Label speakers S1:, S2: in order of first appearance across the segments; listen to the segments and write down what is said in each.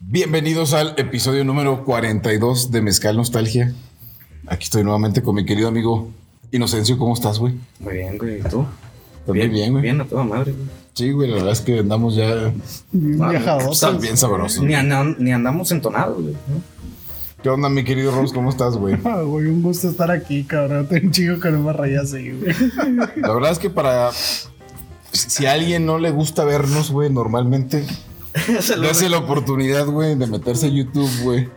S1: Bienvenidos al episodio número 42 de Mezcal Nostalgia. Aquí estoy nuevamente con mi querido amigo Inocencio. ¿Cómo estás, güey?
S2: Muy bien, güey. ¿Y tú?
S1: También bien, güey.
S2: Bien, a toda madre. güey.
S1: Sí, güey, la verdad es que andamos ya
S2: Ah,
S3: Viajadotes.
S1: están bien sabrosos.
S2: Ni, ana- ni andamos entonados, güey. ¿no?
S1: ¿Qué onda, mi querido Rose? ¿Cómo estás, güey?
S3: Ah, güey, un gusto estar aquí, cabrón. Tengo un chico que no me raya así, güey.
S1: La verdad es que para... Si a alguien no le gusta vernos, güey, normalmente,
S2: Se lo-
S1: dése la oportunidad, güey, de meterse a YouTube, güey.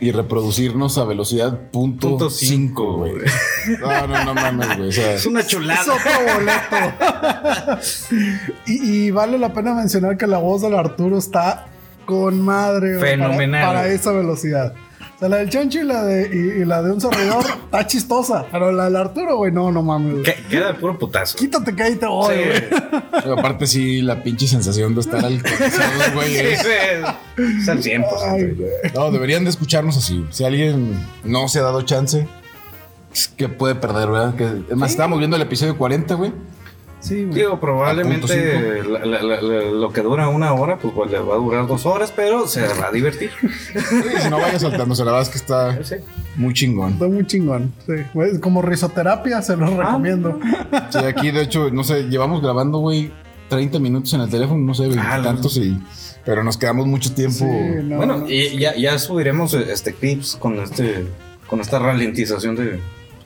S1: Y reproducirnos a velocidad punto,
S2: Punto
S1: cinco,
S2: cinco,
S1: güey. No, no, no mames, güey. O sea,
S2: Es una
S3: Es
S2: chulada.
S3: otro boleto. y, y vale la pena mencionar que la voz del Arturo está con madre, güey, para-
S2: Fenomenal.
S3: Para, esa velocidad. O sea, la del chancho y la de, y, y la de un servidor está chistosa. Pero la del Arturo, güey, no, no mames. güey.
S2: Que- Queda de puro putazo.
S3: Quítate que ahí
S2: Sí,
S3: te voy, güey.
S1: Pero aparte sí, la pinche sensación de estar alcoholizados, güey.
S2: sí,
S1: es-
S2: sí. Es al pues, 100%.
S3: Ay,
S2: güey.
S3: güey.
S1: No, deberían de escucharnos así. güey. Si alguien no se ha dado chance, es que puede perder, ¿verdad? Que, es más, estábamos viendo el episodio 40, güey.
S3: Sí, güey.
S2: Digo, probablemente la- la- la- la- lo que dura una hora, pues, pues, le va a durar dos horas, pero se va a divertir.
S1: Y Si no vaya saltándose, la verdad es que está
S2: Sí.
S1: muy chingón.
S3: Está muy chingón. Sí. Güey, Como risoterapia, se
S2: Ah.
S3: los recomiendo.
S1: Sí, aquí, de hecho, no sé, llevamos grabando, güey, 30 minutos en el teléfono, no sé,
S2: Ah, la
S1: tantos y... Pero nos quedamos mucho tiempo...
S3: Sí, no,
S2: bueno,
S3: no.
S2: y ya, ya subiremos este clips con este con esta ralentización de,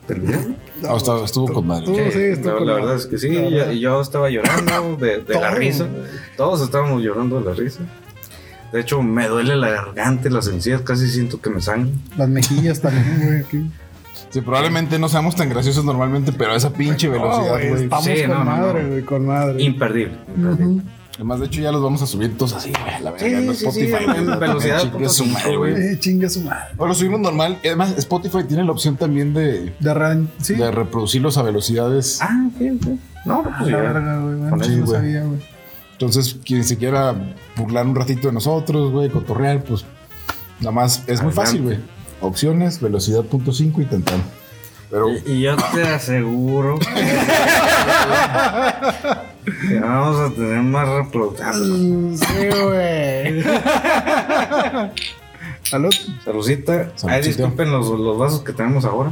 S2: del video.
S1: Ah, estaba- estuvo con madre.
S3: Tú, sí, estoy
S2: la,
S3: con
S2: la
S3: la-
S2: verdad es que sí,
S3: la
S2: ya-
S3: verdad.
S2: yo estaba llorando de, de la
S3: Todo.
S2: risa. Todos estábamos llorando de la risa. De hecho, me duele la garganta, y las encías, casi siento que me sangran.
S3: Las mejillas también, güey. aquí.
S1: Sí, probablemente no seamos tan graciosos normalmente, pero a esa pinche
S3: No,
S1: velocidad,
S3: Ah, güey,
S1: güey.
S3: Estamos
S2: Sí,
S3: con
S2: no, no,
S3: madre,
S2: no.
S3: güey, con madre.
S2: Imperdible. imperdible.
S3: Ujú.
S1: Además, de hecho, ya los vamos a subir todos así, güey. La verga,
S2: Sí,
S1: no
S2: sí, sí,
S1: Spotify.
S2: en
S1: güey, no,
S2: velocidad
S1: chingue
S2: punto
S1: su
S2: cinco,
S1: madre,
S2: güey.
S3: Eh, chinga su madre.
S1: O lo subimos normal. Además, Spotify tiene la opción también de,
S3: De ren, sí.
S1: de reproducirlos a velocidades.
S2: Ah, sí, sí. No,
S3: Ah,
S2: pues
S3: la
S2: ya.
S3: verga, güey,
S1: Con
S3: bueno,
S1: sí,
S3: no
S1: güey.
S3: sabía, güey.
S1: Entonces, quien se quiera burlar un ratito de nosotros, güey, cotorrear, pues nada más es muy
S2: Adelante.
S1: fácil, güey. Opciones, velocidad punto cinco y tantán. Pero
S2: Y- Y yo te aseguro que vamos a tener más reproducción.
S3: Mm, Sí, güey. Salud.
S2: Salucita. Ay,
S1: Saludcita.
S2: disculpen los, los vasos que tenemos ahora.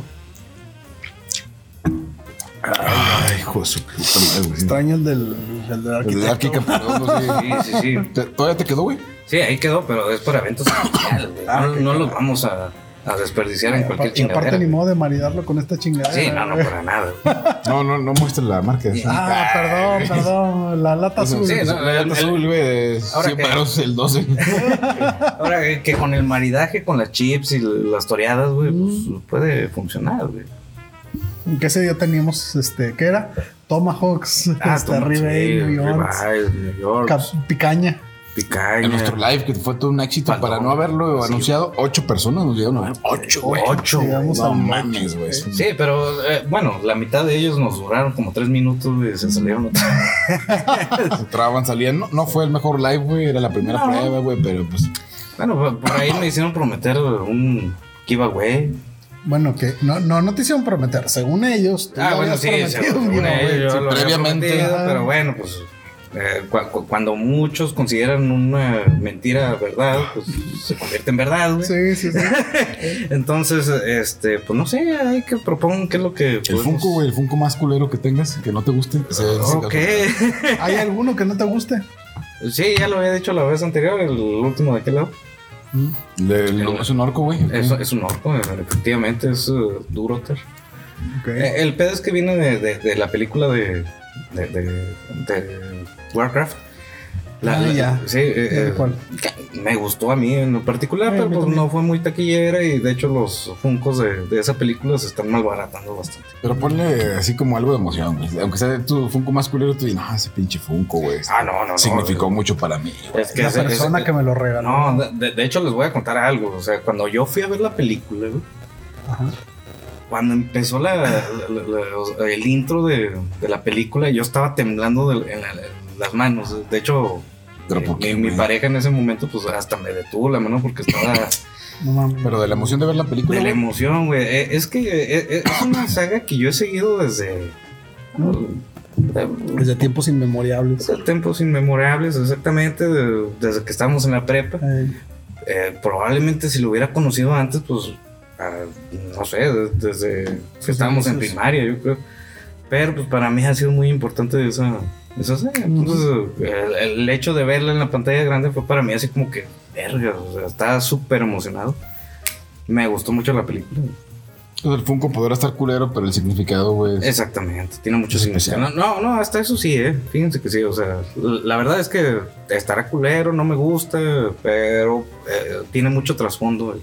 S1: ay, hijo de su puta madre, güey.
S3: Extraño el del, el del
S1: El de
S3: arquitecto.
S1: Arqui Camporondo, sí.
S2: Sí, sí, sí.
S1: ¿Te- ¿Todavía te quedó, güey?
S2: Sí, ahí quedó, pero es para eventos especiales, güey. No, no los vamos a, a desperdiciar en cualquier
S3: y aparte
S2: chingadera.
S3: ni
S2: güey.
S3: modo de maridarlo con esta chingadera.
S2: Sí, no, no,
S3: güey.
S2: para nada. güey.
S1: No, no, no muestra la marca.
S3: Ah, perdón, perdón. La lata azul.
S2: Sí, no,
S1: La lata
S2: el-
S1: azul, güey, de
S2: Ahora
S1: 100
S2: que-
S1: varos, el 12.
S2: Ahora eh, que con el maridaje, con las chips y las toreadas, güey,
S3: Mm.
S2: pues puede funcionar, güey.
S3: Que ese día teníamos, este, ¿qué era? Tomahawks, este,
S2: toma- Ah, sí,
S3: Ribeye, New York,
S2: ribeyes, New York,
S3: cap- picaña.
S2: picaña.
S1: En nuestro live, que fue todo un éxito,
S2: Faltó.
S1: para no haberlo
S2: Sí.
S1: anunciado, ocho personas nos llegaron a ver. Ocho, güey.
S2: Ocho, güey.
S3: Llegamos
S1: No
S3: a un
S1: mames, güey.
S2: Sí, pero eh, bueno, la mitad de ellos nos duraron como tres minutos, güey, se salieron. otra-
S1: Entraban, salían. No, no fue el mejor live, güey. Era la primera
S2: No.
S1: prueba, güey. Pero pues.
S2: Bueno, por- por ahí me hicieron prometer un giveaway.
S3: Bueno, que no, no, no te hicieron prometer. Según ellos, tú
S2: Ah,
S3: ya
S2: bueno,
S3: habías
S2: sí,
S3: prometido Ah. un
S2: según
S3: giveaway.
S2: ellos,
S1: sí,
S2: yo lo había
S1: previamente.
S2: prometido,
S3: Ajá.
S2: pero bueno, pues eh, cu- cu- cuando muchos consideran una mentira verdad, pues se convierte en verdad, güey.
S3: Sí, sí, sí.
S2: Entonces, este, pues no sé, hay que propongan qué es lo que.
S1: El Funko, güey. El Funko más culero que tengas, que no te guste. que sea-
S2: Ok.
S3: ¿Hay alguno que no te guste?
S2: sí, ya lo había dicho la vez anterior, el último de aquel lado.
S1: Le- le- es un orco, güey.
S2: Es, es un orco, efectivamente, es uh, Duroter.
S3: Okay.
S2: Eh, El pedo es que viene de, de- de la película de, de, de- de Warcraft.
S3: Ah, ya.
S2: Sí, eh,
S3: ¿De
S2: eh,
S3: cuál?
S2: que me gustó a mí en lo particular,
S3: Ay, a
S2: pero
S3: mí
S2: pues
S3: también.
S2: no fue muy taquillera y de hecho los juncos de, de esa película se están malbaratando bastante.
S1: Pero ponle así como algo de emoción, güey. Aunque sea tu Funko más culero, tú dices, no, ese pinche Funko, güey.
S2: Ah, no, no, no.
S1: Significó mucho para mí, güey.
S2: Es que
S3: La
S2: ese-
S3: persona
S2: ese-
S3: que me lo regaló.
S2: No, de- de, de hecho les voy a contar algo. O sea, cuando yo fui a ver la película, güey,
S3: Ajá.
S2: cuando empezó la, la- la- la- o sea, el intro de, de la película, yo estaba temblando de- en la- las manos. De hecho,
S1: Pero
S2: eh,
S1: ¿por qué,
S2: mi, mi
S1: güey?
S2: pareja en ese momento, pues hasta me detuvo la mano porque estaba
S3: No mames.
S1: Pero de la emoción de ver la película.
S2: de la
S1: güey.
S2: emoción, güey. Eh, Es que eh, eh, es una saga que yo he seguido desde. eh,
S3: Desde tiempos inmemoriales.
S2: Desde tiempos inmemorables, exactamente, de- desde que estábamos en la prepa.
S3: Eh,
S2: eh, probablemente si lo hubiera conocido antes, pues, ah, no sé, desde que estábamos en
S3: sí, sí.
S2: primaria, yo creo. Pero pues para mí ha sido muy importante esa, esa serie. Entonces, el, el hecho de verla en la pantalla grande fue para mí así como que, verga, o sea, estaba súper emocionado. Me gustó mucho la película.
S1: O sea, pues, el Funko podrá estar culero, pero el significado, güey. es-
S2: Exactamente, tiene mucho
S1: Es
S2: significado. No, no, hasta eso sí, eh. Fíjense que sí, o sea, l- la verdad es que estará culero, no me gusta, pero eh, tiene mucho trasfondo.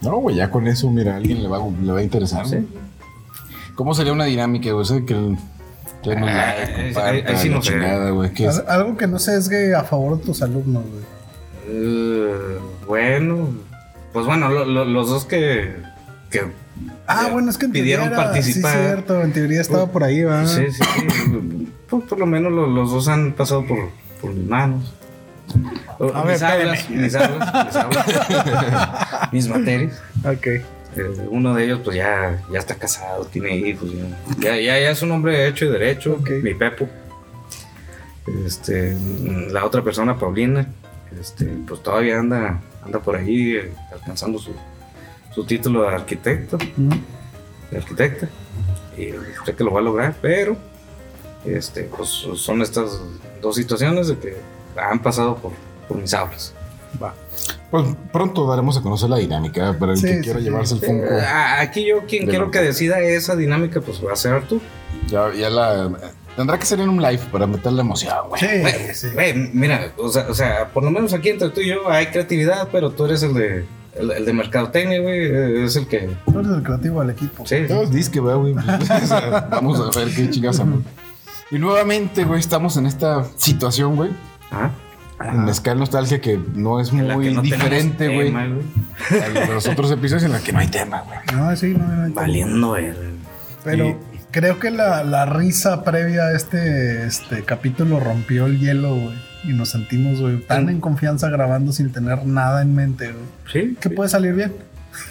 S1: No, güey, ya con eso, mira, a alguien le va, a- le va a interesar.
S2: Sí.
S1: güey. ¿Cómo sería una dinámica, güey? O sea, que el- den un
S2: Ah,
S1: like,
S2: ahí-
S1: compartan,
S2: ahí- ahí sí
S1: la
S2: no sé.
S1: chingada, güey. ¿Qué es?
S3: Al- Algo que no sesgue a favor de tus alumnos, güey.
S2: Eh, bueno, pues bueno, lo- lo- los dos que, que
S3: Ah,
S2: Eh,
S3: bueno, es que en
S2: pidieron
S3: teoría era-
S2: participar. Uh,
S3: Sí, cierto, en teoría estaba por ahí, va.
S2: sí, sí, sí, por, por lo menos lo- los dos han pasado por, por mis manos.
S3: A
S2: mis,
S3: ver,
S2: aulas,
S3: espérame.
S2: mis aulas, mis aulas, mis materias.
S3: Ok.
S2: Eh, uno de ellos, pues ya, ya está casado, tiene hijos. Ya, ya, ya- ya es un hombre hecho y derecho,
S3: Ok.
S2: mi Pepo. Este, mm, la otra persona, Paulina, este, pues todavía anda, anda por ahí eh, alcanzando su, su título de arquitecto,
S3: Mm.
S2: de arquitecta. Y sé que lo va a lograr, pero este, pues, son estas dos situaciones de que han pasado por, por mis aulas.
S1: Pues pronto daremos a conocer la dinámica para el
S3: Sí,
S1: que
S3: sí,
S1: quiera
S3: sí.
S1: llevarse el Funko.
S2: Eh, a- aquí yo quien
S1: De
S2: quiero
S1: lo-
S2: que decida esa dinámica, pues va a ser Arturo.
S1: Ya, ya la. Tendrá que ser en un live para meter la emoción, güey.
S3: Sí,
S2: Güey,
S3: sí.
S2: güey, mira, o sea, o sea, por lo menos aquí entre tú y yo hay creatividad, pero tú eres el de el, el de mercadotecnia, güey, eh, es el que
S3: Tú eres el creativo del equipo.
S2: sí,
S1: Ya os dis que va, güey. O sea, vamos a ver qué chingas hacemos. Y nuevamente, güey, estamos en esta situación, güey.
S2: Ajá.
S1: En Mezcal Nostalgia, que no es
S2: En Ah. la
S1: muy
S2: que no tenemos
S1: diferente, güey.
S2: tema,
S1: A los de los otros episodios en los que no hay tema, güey.
S3: No, sí, no, no, no.
S2: Valiendo el
S3: Pero
S1: Y-
S3: creo que la, la risa previa a este, este capítulo rompió el hielo, güey. Y nos sentimos, güey,
S1: Ah.
S3: tan en confianza grabando sin tener nada en mente, güey.
S2: Sí.
S3: Que puede salir bien.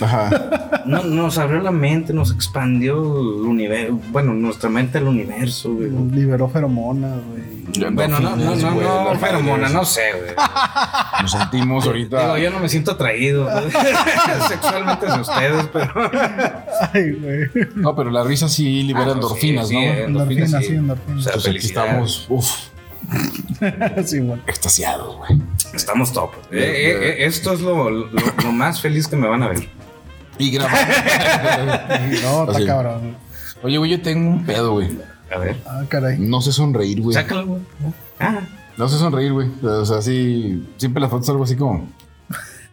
S1: Ajá.
S2: No- nos abrió la mente, nos expandió el universo, bueno, nuestra mente al universo, güey.
S3: Liberó feromonas, güey.
S2: Bueno, no, no, no,
S1: güey, la
S2: no,
S1: madre,
S2: feromona,
S1: güey.
S2: no sé, güey.
S1: Nos sentimos ahorita.
S2: Digo, yo no me siento atraído güey, sexualmente hacia ustedes, pero.
S3: Ay, güey.
S1: No, pero la risa sí libera
S2: Ah, no,
S1: endorfinas,
S2: sí,
S1: ¿no?
S2: sí,
S1: güey?
S2: endorfinas,
S3: Endorfinas, sí,
S2: O
S3: endorfinas.
S2: sea,
S1: Entonces aquí
S2: felicidad.
S1: estamos, uff,
S3: sí, bueno.
S1: extasiados, güey.
S2: Estamos top. Eh, eh, eh, esto es lo, lo- lo más feliz que me van a ver.
S1: Y grabamos.
S3: No, está
S1: Así.
S3: cabrón. güey.
S1: Oye, güey, yo tengo un pedo, güey.
S2: A ver.
S3: Ah, caray.
S1: No sé sonreír, güey.
S2: Sácalo, güey. Ah,
S1: No sé sonreír, güey. O sea, sí. Siempre las fotos algo así como.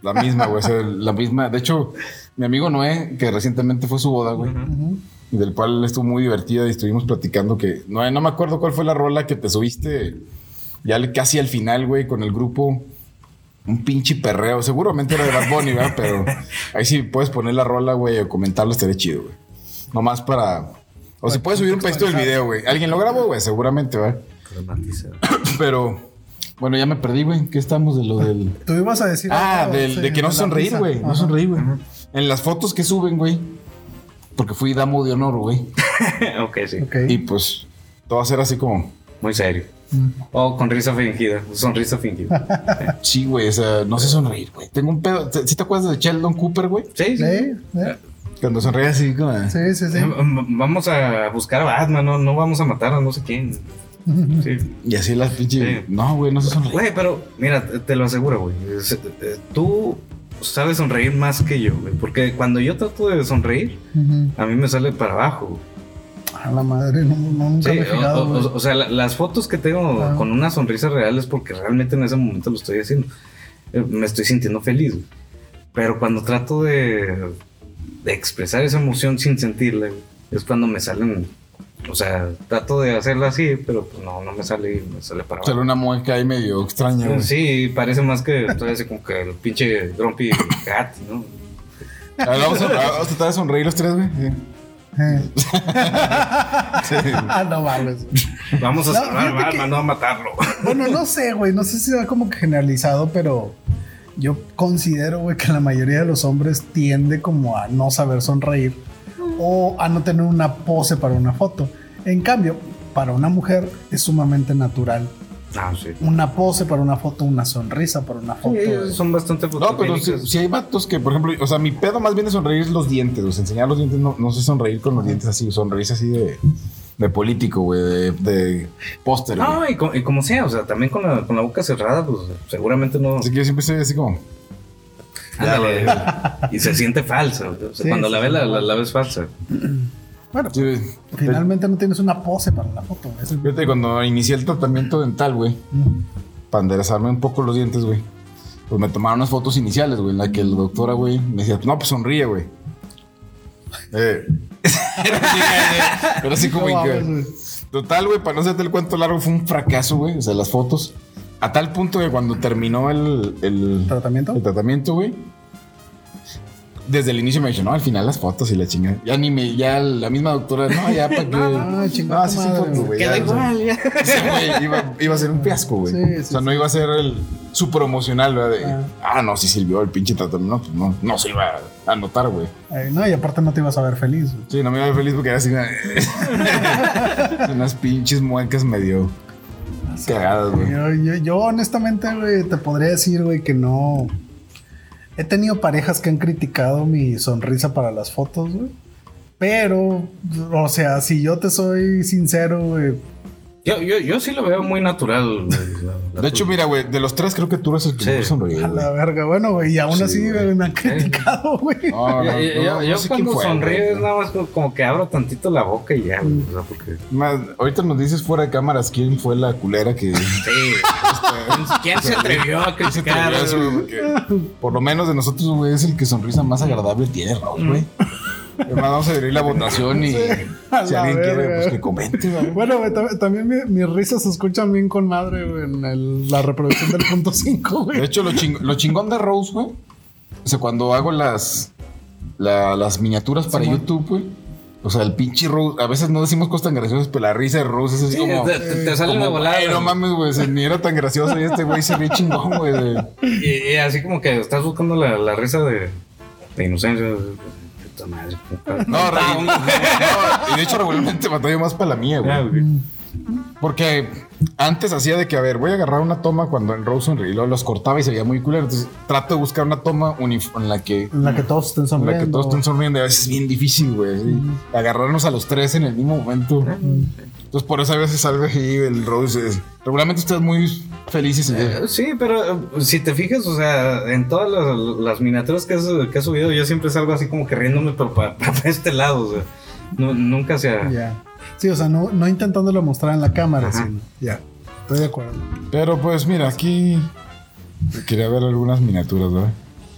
S1: La misma, güey. o sea, la misma. De hecho, mi amigo Noé, que recientemente fue su boda, güey.
S3: Ujú.
S1: Del cual estuvo muy divertida y estuvimos platicando que. Noé, no me acuerdo cuál fue la rola que te subiste ya le- casi al final, güey, con el grupo. Un pinche perreo. Seguramente era de Bad Bunny, ¿verdad? Pero ahí sí puedes poner la rola, güey, o comentarlo, estaría chido, güey. Nomás para. O si puedes subir un pedacito del video, güey. ¿Alguien lo grabó, güey? Seguramente, ¿verdad?
S2: climatizado.
S1: Pero bueno, ya me perdí, güey. ¿Qué estamos de lo del.
S3: Tú ibas a decir.
S1: Ah,
S3: algo,
S1: del,
S3: sí,
S1: de que no
S3: la
S1: sonreír,
S3: risa.
S1: güey. No
S3: Ajá.
S1: sonreír, güey. En las fotos que suben, güey. Porque fui damo de honor, güey.
S2: ok, sí.
S3: Ok.
S1: Y pues todas eran así como.
S2: Muy serio.
S3: Mm.
S2: O Oh, con risa fingida. Sonrisa fingida.
S1: Sí, güey. O sea, no sé sonreír, güey. Tengo un pedo. ¿Te- ¿Sí te acuerdas de Sheldon Cooper, güey?
S2: Sí, sí.
S3: Sí, sí,
S1: Cuando sonreía así como.
S3: sí, sí, sí.
S2: Eh, mm, Vamos a buscar a Batman, no, no vamos a matar a no sé quién. Sí.
S1: Y así las pinches.
S2: Sí.
S1: No, güey, no sé sonreír.
S2: Güey, pero mira, te- te lo aseguro, güey. Es- eh, Tú sabes sonreír más que yo, güey. Porque cuando yo trato de sonreír,
S3: Ujú.
S2: a mí me sale para abajo. güey.
S3: A la madre, no, no, nunca
S2: Sí,
S3: me he
S2: o-
S3: fijado,
S2: o,
S3: güey.
S2: o sea, la- las fotos que tengo
S3: Ah.
S2: con una sonrisa real es porque realmente en ese momento lo estoy haciendo. Eh, Me estoy sintiendo feliz. güey. Pero cuando trato de, de expresar esa emoción sin sentirla, güey, es cuando me salen. O sea, trato de hacerla así, pero pues no, no me sale, me sale para
S1: Sale
S2: abajo.
S1: una mueca ahí medio extraña, güey.
S2: Sí, parece más que estoy así como que el pinche Grumpy Cat, ¿no?
S1: A ver, vamos, a, vamos a tratar de sonreír los tres, güey. Sí.
S3: Eh.
S1: Sí.
S3: Ah, no mames.
S2: Vamos a
S3: No,
S2: salvar a
S3: fíjate
S2: Batman,
S3: que-
S2: no a matarlo.
S3: Bueno, no sé, güey. No sé si va como que generalizado, pero yo considero, güey, que la mayoría de los hombres tiende como a no saber sonreír o a no tener una pose para una foto. En cambio, para una mujer es sumamente natural
S2: Ah, sí.
S3: Una pose para una foto, una sonrisa para una foto.
S2: Sí, son bastante
S1: No, pero si,
S2: fotogénicas.
S1: si hay vatos que, por ejemplo, o sea, mi pedo más bien es sonreír los dientes, o sea, enseñar los dientes, no, no sé sonreír con los dientes así, sonreírse así de, de político, güey, de, de póster. güey.
S2: No, y, co- y como sea, o sea, también con la, con la boca cerrada, pues seguramente no.
S1: Así que yo siempre soy así como,
S2: Ándale. y se siente falsa. o sea,
S3: Sí,
S2: cuando
S3: sí,
S2: la
S3: sí.
S2: ves, la, la- la ves falsa.
S3: Bueno,
S1: sí, güey.
S3: finalmente no tienes una pose para la foto. güey. Es el-
S1: Fíjate, cuando inicié el tratamiento dental, güey, para enderezarme un poco los dientes, güey, pues me tomaron unas fotos iniciales, güey, en la que la doctora, güey, me decía, no, pues sonríe, güey. Eh. pero así como...
S3: No
S1: en que-
S3: mames, güey.
S1: Total, güey, para no hacerte el cuento largo, fue un fracaso, güey. O sea, las fotos. A tal punto que cuando terminó el, el,
S3: ¿Tratamiento?
S1: el tratamiento, güey. Desde el inicio me dijeron, no, al final las fotos y la chingada. Ya ni me, ya la misma doctora, no, ya para que.
S3: no, chingada
S1: Ah, sí, sí,
S3: madre,
S1: fotos,
S3: güey.
S1: güey. ya, o sea, o sea, güey, iba, iba a ser un fiasco, güey.
S3: Sí, sí,
S1: o sea,
S3: sí.
S1: no iba a ser el, su promocional, ¿verdad? De,
S3: Ah.
S1: ah. no, sí sirvió el pinche tratamiento. No, pues no, no se iba a anotar, güey.
S3: Ay, no, y aparte no te ibas a ver feliz. güey.
S1: Sí, no me iba a ver feliz porque era así. una- unas pinches muecas medio cagadas, güey.
S3: Yo, yo- yo honestamente, güey, te podría decir, güey, que no. He tenido parejas que han criticado mi sonrisa para las fotos, güey. Pero, o sea, si yo te soy sincero, güey.
S2: Yo, yo, yo sí lo veo muy natural. güey, la- la-
S1: De hecho, mira, güey, de los tres creo que tú eres el que
S2: Sí.
S1: mejor sonríe,
S3: A
S1: güey.
S3: la verga, bueno, güey, y aún
S1: Sí,
S3: así
S1: güey.
S3: güey, me han criticado, güey.
S1: No, no,
S2: Yo,
S1: no,
S2: yo-
S1: no,
S2: yo
S1: no sé quién
S2: cuando
S1: fue,
S2: sonrío es
S1: güey.
S2: nada más como, como que abro tantito la boca y ya, güey. O sea, porque.
S1: Más, ahorita nos dices fuera de cámaras quién fue la culera que...
S2: Sí. ¿Quién se atrevió a
S1: que se atrevió a eso,
S2: criticar?
S1: porque por lo menos de nosotros, güey, es el que sonrisa más agradable tiene, Raúl, güey. Además, vamos a abrir la votación y
S3: a
S1: si
S3: la
S1: alguien quiere,
S3: verga.
S1: pues que comente, güey.
S3: Bueno, güey, tam- también mi- mis risas se escuchan bien con madre, güey, en el- la reproducción del punto 5,
S1: De
S3: güey.
S1: hecho, lo, ching- lo chingón de Rose, güey. O sea, cuando hago las, la- las miniaturas para
S3: Simón.
S1: YouTube, güey. O sea, el pinche Rose. A veces no decimos cosas tan graciosas, pero la risa de Rose es así
S2: Sí,
S1: como.
S2: te, te- te sale
S1: como,
S2: una volada.
S1: "Ay, no
S2: güey.
S1: mames, güey. se- Ni era tan gracioso y este güey se ve chingón, güey. de-
S2: Y, y así como que estás buscando la, la risa de, de inocencia. de- de- puta madre, puta-
S1: No, re-
S2: Ah,
S1: no, Y de hecho, regularmente batallo más para la mía,
S2: un- ah,
S1: güey.
S2: güey.
S1: Porque antes hacía de que, a ver, voy a agarrar una toma cuando en Rose sonreí, luego los cortaba y se veía muy culero. Entonces, trato de buscar una toma unif- en la que
S3: En la que todos estén
S1: En
S3: sonriendo.
S1: la que todos están sonriendo. y A veces es bien difícil, güey. así, Agarrarnos a los tres en el mismo momento. Entonces, por eso a veces salgo ahí el Rose. es- Regularmente ustedes muy felices. y-
S2: Eh, Sí, pero eh, si te fijas, o sea, en todas las, las miniaturas que has, que has subido, yo siempre salgo así como que riéndome, pero para este lado, o sea, nu- nunca se ha...
S3: Ya. Sí, o sea, no, no intentándolo mostrar en la cámara,
S2: Ajá.
S3: sino. Ya. Estoy de acuerdo.
S1: Pero pues mira, aquí quería ver algunas miniaturas, ¿verdad?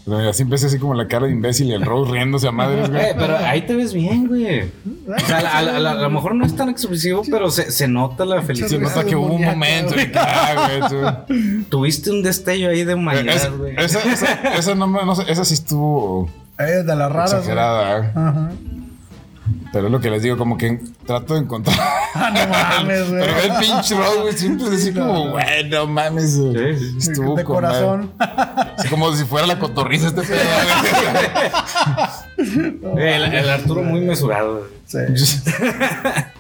S1: Pero mira, siempre es así como la cara de imbécil y el Rose riéndose a madres, güey.
S2: Eh, pero ahí te ves bien, güey. O sea, a, la- a la- a lo mejor no es tan expresivo, pero se, se nota la
S1: Y se
S2: felicidad.
S1: nota que hubo un
S3: Demoníaco,
S1: momento
S3: güey.
S1: en que, ah, güey, tú-
S2: Tuviste un destello ahí de
S1: Esa,
S2: humanidad, güey.
S1: esa, esa- esa no, me- no sé, esa sí estuvo
S3: Eh, de las raras. güey.
S1: exagerada, ¿eh?
S3: Ajá.
S1: pero es lo que les digo, como que trato de encontrar
S3: Ah, no mames, güey.
S1: Pero ve el pinche Rose, güey, siempre es así como, güey, no mames, güey.
S2: Sí, sí,
S3: De-
S1: Estuvo
S3: de
S1: con madre.
S3: corazón.
S1: Así como si fuera la cotorriza este pedo, güey.
S2: Eh, El, el Arturo muy mesurado. güey.
S3: Sí.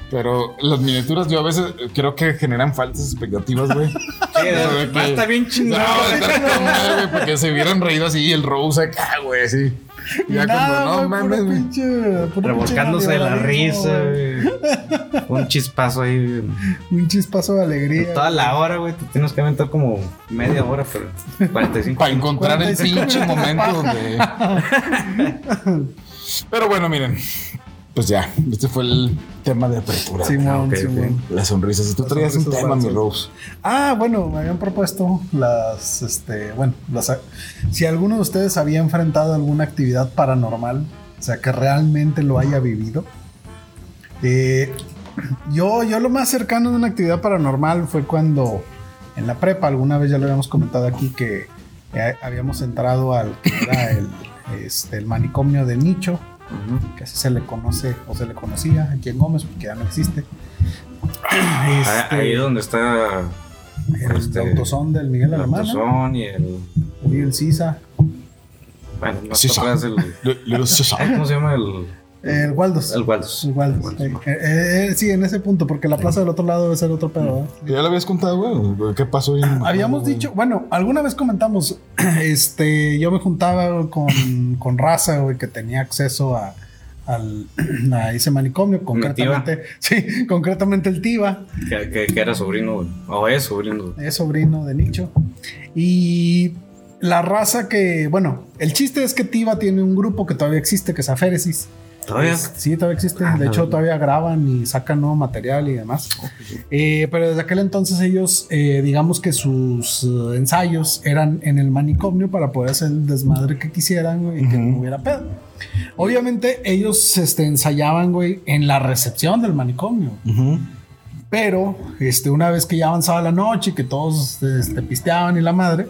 S1: Pero las miniaturas yo a veces creo que generan falsas expectativas, güey.
S2: Sí,
S1: de
S2: va a
S1: que-
S2: estar bien
S1: No,
S2: chingado.
S1: está con madre, güey, porque se hubieran reído así y el Rose acá, güey, sí. Y ya
S3: Nada,
S1: cuando, no
S3: güey, puro
S1: mames, güey.
S3: pinche- puro pinche
S2: Revolcándose de la
S3: navideño,
S2: risa,
S3: güey.
S2: güey. Un chispazo ahí. güey.
S3: Un chispazo de alegría.
S2: Pues Toda la hora, güey. Te tienes que aventar como media hora, pero 45.
S1: Para encontrar el
S3: 45
S1: pinche momento donde. Pero bueno, miren. Pues ya, este fue el tema de apertura.
S3: Simón,
S2: Ah, ok, ok.
S3: Simón.
S1: Las sonrisas. Tú traías un
S3: sonrisas
S1: tema, mi
S3: falsas.
S1: Rose.
S3: Ah, bueno, me habían propuesto las, este, bueno, las, si alguno de ustedes había enfrentado alguna actividad paranormal, o sea, que realmente lo haya vivido. Eh, yo, yo lo más cercano de una actividad paranormal fue cuando en la prepa, alguna vez ya lo habíamos comentado aquí, que eh, habíamos entrado al que era el, este, el manicomio de Nicho
S2: Ujú.
S3: que así se le conoce o se le conocía aquí en Gómez, porque ya no existe.
S2: Ah, Ahí donde está
S3: el
S2: este,
S3: autosón del Miguel
S2: el
S3: Alemán, ¿no?
S2: Altozón y el.
S3: y el Sisa.
S2: Bueno, no
S1: Sí,
S2: sé
S1: sí.
S2: atrás el.
S1: Little
S2: ay, ¿Cómo se llama el.
S3: El Waldos.
S2: El Waldos.
S3: El Waldos. Eh, eh, eh, sí, en ese punto, porque la plaza del otro lado debe ser otro pedo. ¿eh?
S1: Ya lo habías contado, güey. ¿Qué pasó? ahí?
S3: Habíamos dicho, bueno, alguna vez comentamos, este, yo me juntaba con, con raza, güey, que tenía acceso a, al, a ese manicomio, concretamente, sí, concretamente el TIBA,
S2: Que, que- que era sobrino, güey. O es sobrino. güey.
S3: es sobrino de Nicho. Y la raza que, bueno, el chiste es que TIBA tiene un grupo que todavía existe, que es Aféresis.
S2: Todavía.
S3: Sí, todavía existen.
S2: Ah,
S3: de
S2: no.
S3: hecho, todavía graban y sacan nuevo material y demás. Eh, pero desde aquel entonces ellos, eh, digamos que sus eh, ensayos eran en el manicomio para poder hacer el desmadre que quisieran güey, y que
S1: Ujú.
S3: no hubiera pedo. Obviamente ellos este, ensayaban, güey, en la recepción del manicomio.
S1: Ujú.
S3: Pero este, una vez que ya avanzaba la noche y que todos este, pisteaban y la madre,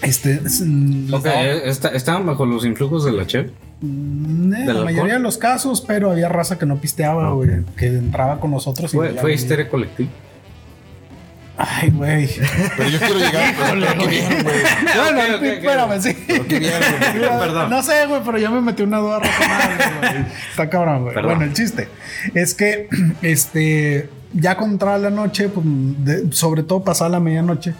S3: este, s- les
S2: Ok,
S3: daba-
S2: eh, está- estaban bajo los influjos de la chef.
S3: Mm, En
S2: ¿Del
S3: la
S2: alcohol?
S3: mayoría de los casos, pero había raza que no pisteaba,
S2: Ah,
S3: güey. Que entraba con nosotros. y
S2: Fue,
S3: ya
S2: fue
S3: venía.
S2: histeria colectiva.
S3: Ay, güey.
S1: Pero yo quiero llegar. pero ¿qué vieron, güey?
S3: No, no,
S2: ok, ok.
S3: espérame, sí.
S1: ¿Pero qué vieron, güey?
S2: Perdón.
S3: No sé, güey, pero ya me metí una duda razonable, güey. Está cabrón, güey.
S2: Perdón.
S3: Bueno, el chiste es que, este, ya contra la noche, pues, de- sobre todo pasada la medianoche,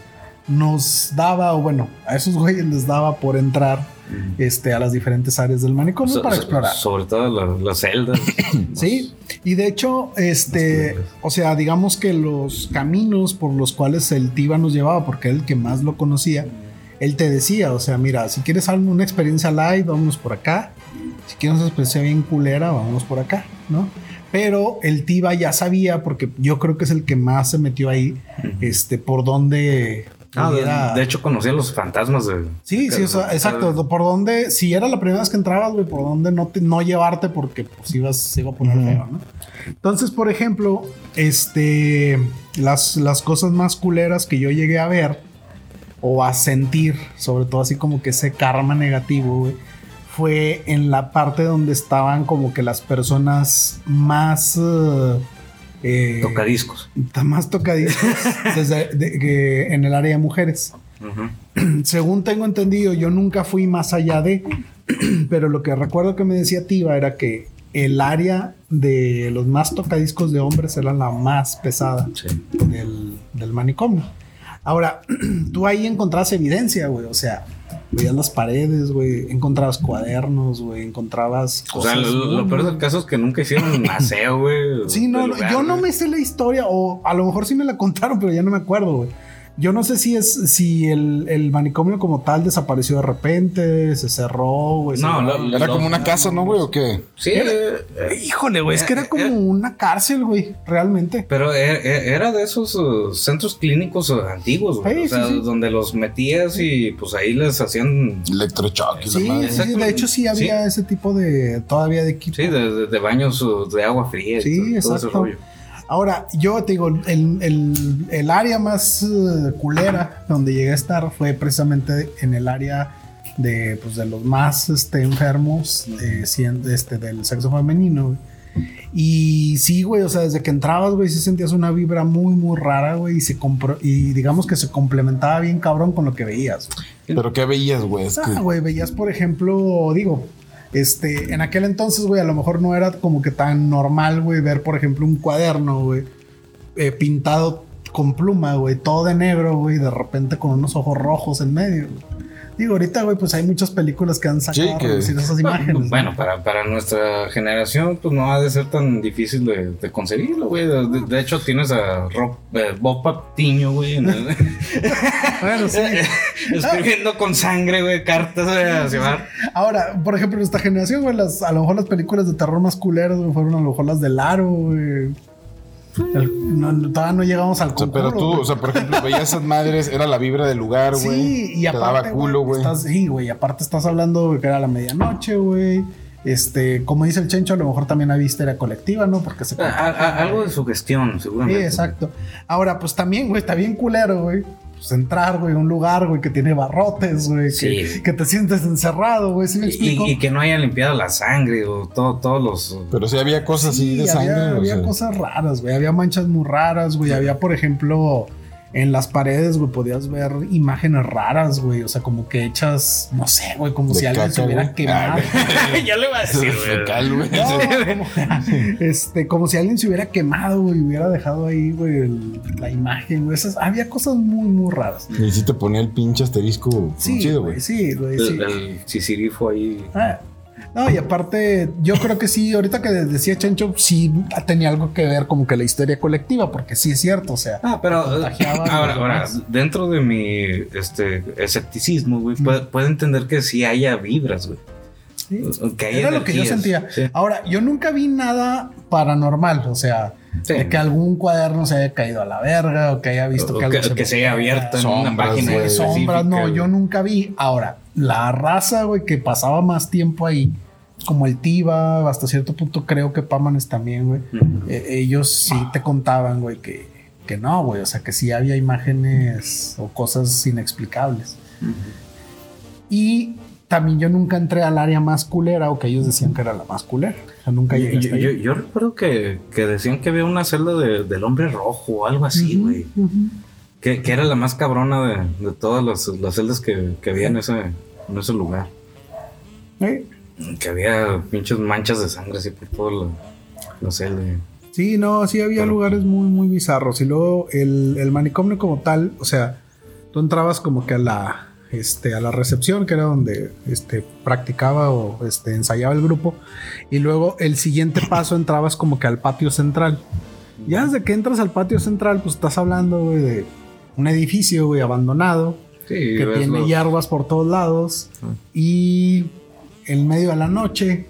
S3: nos daba, o bueno, a esos güeyes les daba por entrar, este, a las diferentes áreas del manicomio
S2: So-
S3: para
S2: so-
S3: explorar.
S2: Sobre todo la- las celdas.
S3: Sí, y de hecho,
S2: Las
S3: este,
S2: culebras.
S3: o sea, digamos que los caminos por los cuales el Tiba nos llevaba, porque era el que más lo conocía, él te decía, o sea, mira, si quieres algo- una experiencia live, vámonos por acá. Si quieres una experiencia bien culera, vámonos por acá, ¿no? Pero el Tiba ya sabía, porque yo creo que es el que más se metió ahí, este, por dónde...
S2: Ah,
S3: pudiera-
S2: de, de hecho, conocí a los fantasmas de.
S3: Sí, sí, o sea, exacto. Por donde, si era la primera vez que entrabas, güey, por donde no, te- no llevarte porque pues ibas, se iba a poner
S1: Ujú.
S3: feo, ¿no? Entonces, por ejemplo, este, las, las cosas más culeras que yo llegué a ver o a sentir, sobre todo así como que ese karma negativo, güey, fue en la parte donde estaban como que las personas más... eh, eh,
S2: Tocadiscos.
S3: más tocadiscos desde, de- que- en el área de mujeres
S2: Ujú.
S3: según tengo entendido, yo nunca fui más allá de, pero lo que recuerdo que me decía Tiva era que el área de los más tocadiscos de hombres era la más pesada
S2: Sí.
S3: del, del manicomio. Ahora, tú ahí encontrabas evidencia, güey, o sea, veías las paredes, güey, encontrabas cuadernos, güey, encontrabas
S2: O sea,
S3: cosas.
S2: lo, lo
S3: muy-
S2: peor del caso es que nunca hicieron aseo, güey.
S3: Sí, no,
S2: del
S3: no,
S2: lugar,
S3: yo no
S2: güey.
S3: me sé la historia, o a lo mejor sí me la contaron, pero ya no me acuerdo, güey. Yo no sé si es si el, el manicomio como tal desapareció de repente, se cerró, güey. se
S2: No,
S3: cerró.
S2: lo-
S1: Era como una casa, ¿no, güey? ¿O qué?
S2: Sí,
S3: Eh,
S2: eh,
S3: Híjole, güey, es que era como
S2: Eh, eh.
S3: una cárcel, güey, realmente.
S2: Pero e- e- era de esos uh, centros clínicos uh, antiguos, güey.
S3: Sí,
S2: o sea,
S3: sí, sí.
S2: donde los metías y pues ahí les hacían.
S1: Electrochoc. y la
S3: Sí,
S1: madre.
S3: sí, sí, de hecho sí había ese tipo de todavía de equipo.
S2: Sí, de, de- de baños uh, de agua fría. y
S3: Sí,
S2: todo- todo, ese
S3: exacto.
S2: rollo.
S3: Ahora, yo te digo, el, el- el área más eh, culera donde llegué a estar fue precisamente en el área de, pues, de los más este, enfermos eh, sien- este, del sexo femenino. güey. Y sí, güey, o sea, desde que entrabas, güey, sí sentías una vibra muy, muy rara, güey, y, se compro- y digamos que se complementaba bien cabrón con lo que veías. güey.
S1: Pero ¿qué veías, güey? Es
S3: Ah,
S1: que-
S3: güey, veías, por ejemplo, digo, este, en aquel entonces, güey, a lo mejor no era como que tan normal, güey, ver, por ejemplo, un cuaderno, güey, eh, pintado con pluma, güey, todo de negro, güey, de repente con unos ojos rojos en medio. güey. Digo, ahorita, güey, pues hay muchas películas que han sacado
S1: Sí,
S3: a
S1: que-
S3: reducir esas imágenes.
S2: Bueno,
S3: ¿no?
S2: bueno, para, para nuestra generación, pues no ha de ser tan difícil de, de conseguirlo, güey. De, de- de hecho, tienes a Rob, eh, Bob Patiño, güey, en el-
S3: Bueno, sí.
S2: escribiendo con sangre, güey, cartas güey, a llevar.
S3: Ahora, por ejemplo, nuestra generación, güey, las, a lo mejor las películas de terror más culeras güey, fueron a lo mejor las del aro, güey. El- no- no- todavía no llegamos al
S1: O sea, pero
S3: conjuro,
S1: tú,
S3: güey.
S1: o sea, por ejemplo, veías esas madres, era la vibra del lugar, güey.
S3: Sí, y
S1: Te
S3: aparte.
S1: daba culo, güey.
S3: estás- sí, güey. Aparte estás hablando güey, que era la medianoche, güey. Este, como dice el Chencho, a lo mejor también había histeria colectiva, ¿no? Porque
S1: Ah,
S3: se.
S2: A- a- algo de su gestión,
S3: Sí,
S2: seguramente.
S1: pues,
S3: exacto. Ahora, pues también, güey, está bien culero, güey. Pues entrar, güey, a un lugar, güey, que tiene barrotes, güey. que-
S2: Sí.
S3: Que, te sientes encerrado, güey. ¿Sí me explico?
S2: Y, y que no haya limpiado la sangre o todo, todos los.
S1: Pero sí había cosas así
S3: Sí,
S1: de
S3: había,
S1: sangre. o
S3: había
S1: sea.
S3: cosas raras, güey. Había manchas muy raras, güey. Había, por ejemplo, En las paredes, güey, podías ver imágenes raras, güey. O sea, como que hechas, no sé, güey, como
S1: De
S3: si alguien se
S1: caca,
S3: hubiera
S1: güey.
S3: quemado.
S2: ya le voy a decir, güey.
S1: Fecal, güey.
S3: No, como, este, como si alguien se hubiera quemado güey, y hubiera dejado ahí, güey, el- la imagen, güey. Esas- había cosas muy, muy raras.
S1: Y si te ponía el pinche asterisco
S3: Sí,
S1: chido,
S3: güey,
S1: güey.
S3: sí, güey, sí.
S2: El, el sisirifo ahí.
S3: Ah, No, y aparte, yo creo que sí, ahorita que decía Chencho, sí tenía algo que ver como que la historia colectiva, porque sí es cierto, o sea,
S2: Ah, pero
S3: Contagiaba a
S2: ahora,
S3: los
S2: ahora,
S3: demás. Mm.
S2: dentro de mi este, escepticismo, güey, puede- puedo entender que sí haya vibras, güey.
S3: sí,
S2: Que haya
S3: era lo que yo
S2: Pues, energías.
S3: sentía.
S2: Sí.
S3: Ahora, yo nunca vi nada paranormal, o sea,
S2: Sí.
S3: de que algún cuaderno se haya caído a la verga o que haya visto
S2: O
S3: que algo
S2: que, que se haya abierto en
S1: Sombras,
S2: una página
S1: güey,
S3: Sí, sombras, no, yo nunca vi. Ahora, la raza, güey, que pasaba más tiempo ahí, como el Tiva, hasta cierto punto creo que Pámanes también, güey.
S2: Ujú.
S3: eh, ellos sí te contaban, güey, que, que no, güey. O sea, que sí había imágenes o cosas inexplicables. Y también yo nunca entré al área más culera o que ellos decían que era la más culera. O sea, nunca llegué
S2: Yo,
S3: hasta
S2: yo-
S3: ahí.
S2: yo recuerdo que, que decían que había una celda de- del hombre rojo o algo así,
S3: Ujú,
S2: güey.
S3: ujú.
S2: que, que era la más cabrona de, de todas las, las celdas que, que había en ese, en ese lugar.
S3: Eh,
S2: Que había pinches manchas de sangre así por todo la, la celda.
S3: Sí, no, sí había
S2: Pero-
S3: lugares muy, muy bizarros. Y luego el, el manicomio como tal, o sea, tú entrabas como que a la, este, a la recepción, que era donde este, practicaba o este, ensayaba el grupo. Y luego el siguiente paso entrabas como que al patio central. Ya desde que entras al patio central, pues estás hablando güey, de un edificio, güey, abandonado,
S2: Sí,
S3: que
S2: ves
S3: tiene
S2: los-
S3: hierbas por todos lados.
S2: Ah.
S3: Y en medio de la noche,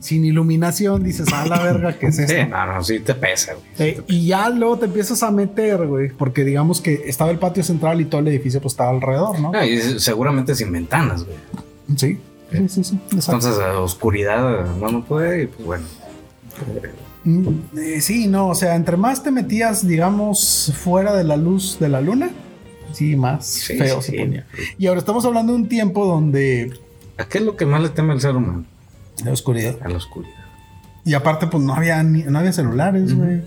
S3: sin iluminación, dices, a la verga, ¿qué es esto?
S2: Sí, no, no, sí te pesa, güey.
S3: Eh, y ya luego te empiezas a meter, güey, porque digamos que estaba el patio central y todo el edificio pues estaba alrededor, ¿no?
S2: Ah, y se- seguramente sin ventanas, güey.
S3: Sí. Sí, sí, sí. exacto.
S2: Entonces, a oscuridad no, no puede, y pues bueno.
S3: Mm, eh, sí, no, o sea, entre más te metías, digamos, fuera de la luz de la luna, sí, más
S2: Sí,
S3: feo
S2: sí,
S3: se
S2: sí.
S3: ponía. Y ahora estamos hablando de un tiempo donde
S2: ¿A qué es lo que más le teme el ser humano?
S3: la oscuridad.
S2: A la oscuridad.
S3: Y aparte, pues no había ni- no había celulares, güey.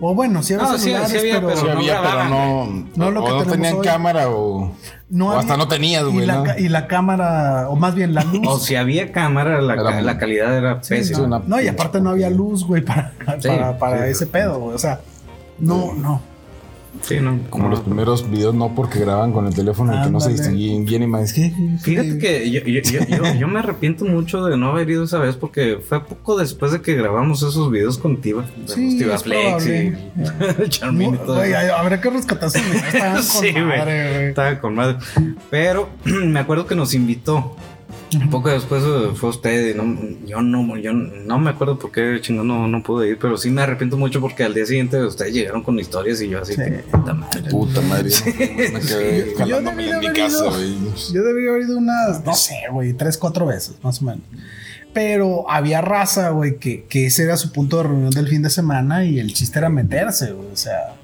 S3: O bueno, sí había
S2: No, sí, sí
S3: celulares,
S2: había,
S3: pero,
S2: pero-
S1: Sí
S2: no
S1: había, pero
S2: grababan,
S1: no.
S3: No lo que
S1: o no
S3: tenemos
S1: tenían
S3: hoy.
S1: cámara o.
S3: no
S1: o
S3: había-
S1: hasta no tenías,
S3: y
S1: güey.
S3: la,
S1: ¿no?
S3: ca- y la cámara, o más bien la luz.
S2: O si había cámara, la,
S1: Era-
S2: la calidad era
S3: Sí,
S2: pésima.
S1: no.
S3: no, No, y aparte no había luz, güey, para,
S2: Sí,
S3: para, para
S2: sí.
S3: ese pedo, güey. O sea, no, no.
S2: Sí, no.
S1: Como
S2: no.
S1: los primeros videos, no porque graban con el teléfono y que no se
S3: Ándale.
S1: distinguían bien y más. ¿Qué?
S2: Fíjate que yo, yo- yo- yo- yo me arrepiento mucho de no haber ido esa vez porque fue poco después de que grabamos esos videos con Tiva. de
S3: Sí,
S2: los Tiva
S3: es
S2: Flex
S3: probable.
S2: y Charmin y
S3: Mu-
S2: todo
S3: güey,
S2: eso.
S3: ay, habrá que rescatar su video, estaban con
S2: Sí, güey.
S3: madre, güey.
S2: Estaba con madre. Pero me acuerdo que nos invitó. Un poco después eh, fue usted. y no- yo, no, yo no me acuerdo por qué chingón no, no pude ir, pero sí me arrepiento mucho porque al día siguiente ustedes llegaron con historias y yo así.
S3: Sí.
S2: puta madre.
S1: Puta madre. Me quedé
S3: Yo
S1: jalándome
S3: debí
S1: en mi
S3: haber
S1: casa,
S3: ido.
S1: güey.
S3: Yo debí haber ido unas, no sé, güey, tres, cuatro veces, más o menos. Pero había raza, güey, que, que ese era su punto de reunión del fin de semana y el chiste era meterse, güey. O sea,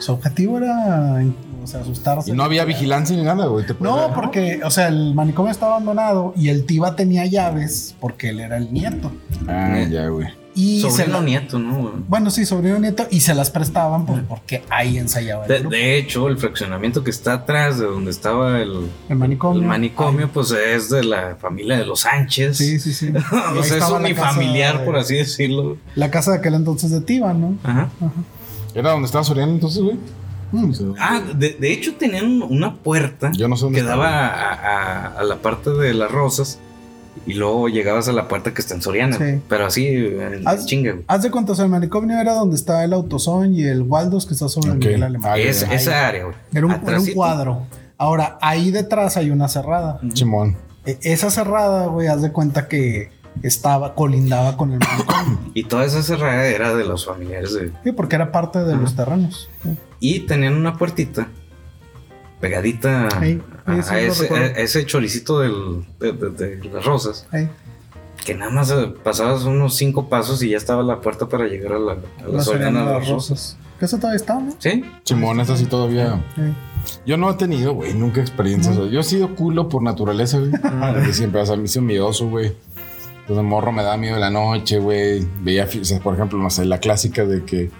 S3: su objetivo era, o sea, asustarse.
S1: Y no había
S3: Era-
S1: vigilancia ni nada, güey. te
S3: No,
S1: podía-
S3: porque, o sea, el manicomio estaba abandonado y el tiba tenía llaves porque él era el nieto.
S1: Ah, ya, güey.
S3: Y se
S2: Sobrino
S3: la-
S2: nieto, ¿no?
S3: Bueno, sí, sobrino nieto, y se las prestaban por- porque ahí ensayaba el,
S2: De,
S3: grupo.
S2: de hecho, el fraccionamiento que está atrás de donde estaba el,
S3: El manicomio.
S2: El manicomio, pues es de la familia de los Sánchez.
S3: Sí, sí, sí.
S2: o sea, es unifamiliar, por así decirlo.
S3: La casa de aquel entonces de Tiba, ¿no?
S2: Ajá.
S1: ¿Era donde estaba Soriano entonces, güey?
S3: Mm.
S2: Ah, de, de hecho tenían una puerta
S1: Yo no sé dónde
S2: que daba a, a- a la parte de las rosas y luego llegabas a la puerta que está en Soriana.
S3: Sí. Ah,
S2: Pero así, en
S3: Haz-
S2: chinga, güey.
S3: Haz de cuenta, o sea, el manicomio era donde está el Autosón y el Waldos que está sobre
S1: Ok.
S3: el Miguel Alemán.
S1: Ahí,
S2: Es-
S1: ahí.
S2: esa área, güey.
S3: Era un, era un
S2: Atrásito.
S3: cuadro. Ahora, ahí detrás hay una cerrada.
S1: Chimón.
S3: E- Esa cerrada, güey, haz de cuenta que estaba, colindaba con el manicomio.
S2: Y toda esa cerrada era de los familiares de.
S3: Sí, porque era parte de los terrenos.
S2: Y tenían una puertita pegadita a-
S3: Sí, sí, sí,
S2: a,
S3: lo
S2: ese,
S3: recuerdo.
S2: a ese choricito del- de- de- de las rosas.
S3: Ahí.
S2: Que nada más eh, pasabas unos cinco pasos y ya estaba la puerta para llegar a la, a la
S3: La
S2: Soriana de
S3: Soriana
S2: las Rosas.
S3: Que eso todavía está, ¿no?
S2: ¿Sí?
S1: Chimón, esta sí todavía.
S3: Sí.
S1: Yo no he tenido, güey, nunca experiencias. güey. Yo he sido culo por naturaleza, güey.
S2: Ah.
S1: Desde siempre, o sea, me hizo miedoso, güey. Entonces, morro me da miedo en la noche, güey. Veía, fi- o sea, por ejemplo, no sé, la clásica de que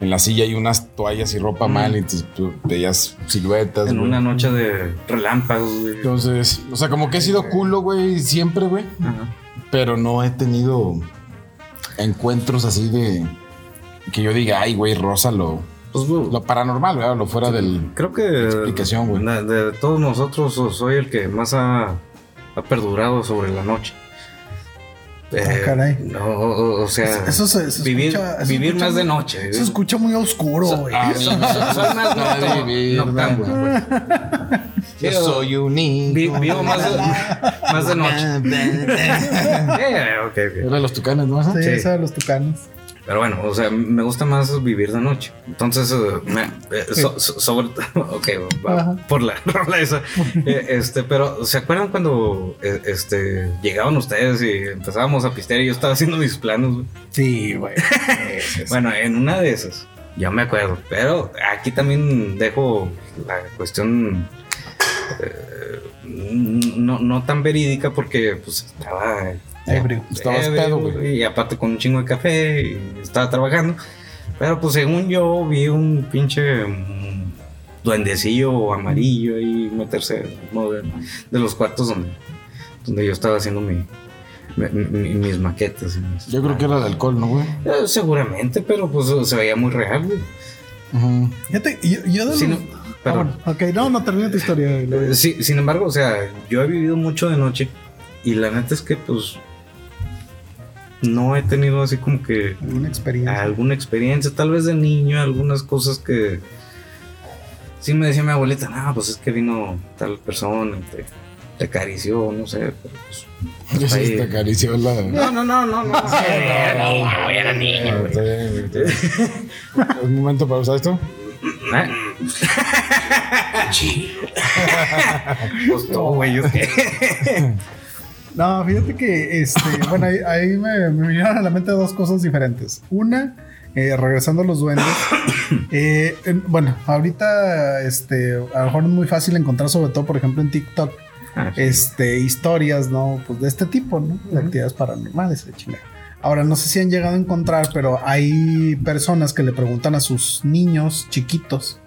S1: en la silla hay unas toallas y ropa
S2: Mm.
S1: mal, y entonces tú veías siluetas,
S2: En
S1: güey.
S2: una noche de relámpagos, güey.
S1: Entonces, o sea, como que he sido culo, güey, siempre, güey.
S2: Ajá.
S1: Pero no he tenido encuentros así de que yo diga, ay, güey, Rosa, lo,
S2: Pues, güey,
S1: lo paranormal, ¿verdad? Lo fuera del.
S2: creo que de-
S1: explicación, güey.
S2: De, de todos nosotros so- soy el que más ha, ha perdurado sobre la noche. Eh,
S3: Ah, caray.
S2: no, o, o- o sea,
S3: Eso se- se
S2: vivir,
S3: escucha- eso
S2: vivir
S3: escucha
S2: más de
S3: muy-
S2: noche. eh.
S3: Se escucha muy oscuro, güey.
S1: Ah,
S2: Soy soy más nocturno- noctámbulo, güey.
S1: Yo soy un
S2: Vi-
S1: hijo.
S2: Vivo más de, más de noche. Eh, ok, ok.
S1: Era los tucanes, ¿no?
S3: Sí,
S2: Sí.
S3: esa de los tucanes.
S2: Pero bueno, o sea, me gusta más vivir de noche. Entonces, eh, me- eh, so- so- sobre ok, va
S3: Ajá.
S2: por la rola esa. Eh, este, pero ¿se acuerdan cuando eh, este llegaban ustedes y empezábamos a pistear y yo estaba haciendo mis planos? güey?
S3: Sí, güey.
S2: Bueno, en una de esas, ya me acuerdo. Pero aquí también dejo la cuestión eh, no, no tan verídica porque pues estaba
S3: Ebrio.
S1: Estabas
S2: ebrio,
S1: pedo, güey.
S2: Y aparte con un chingo de café y estaba trabajando. Pero pues según yo vi un pinche mm, duendecillo amarillo ahí meterse en uno de, de los cuartos donde, donde yo estaba haciendo mi, mi- mi- mis maquetas. y mis-
S1: Yo creo que era el alcohol, ¿no, güey?
S2: Eh, seguramente, pero pues se veía muy real, güey.
S1: Ujú.
S3: Fíjate, yo, yo de
S2: Sí,
S3: los-
S2: no,
S3: Ah,
S2: perdón.
S3: bueno, ok, no, no termina tu historia. güey, luego.
S2: Eh, sí, sin embargo, o sea, yo he vivido mucho de noche y la neta es que pues no he tenido así como que
S3: Alguna experiencia.
S2: alguna experiencia, tal vez de niño, algunas cosas que sí me decía mi abuelita, no, pues es que vino tal persona, y te, te acarició, no sé, pero pues...
S1: Yo
S2: hasta
S1: sí
S2: ahí.
S1: te acarició la.
S2: No, no, no, no, no. Era niño, güey, era niño, güey.
S1: Está bien, güey, está bien. ¿Es momento para usar esto?
S2: ¿Eh? Pues no, güey, yo qué.
S3: No, fíjate que, este, bueno, ahí, ahí me, me vinieron a la mente dos cosas diferentes. Una, eh, regresando a los duendes. eh, en- bueno, ahorita, este, a lo mejor es muy fácil encontrar, sobre todo, por ejemplo, en TikTok,
S2: Ah,
S3: este, historias, ¿no? Pues de este tipo, ¿no? De actividades paranormales, de chingada. Ahora, no sé si han llegado a encontrar, pero hay personas que le preguntan a sus niños chiquitos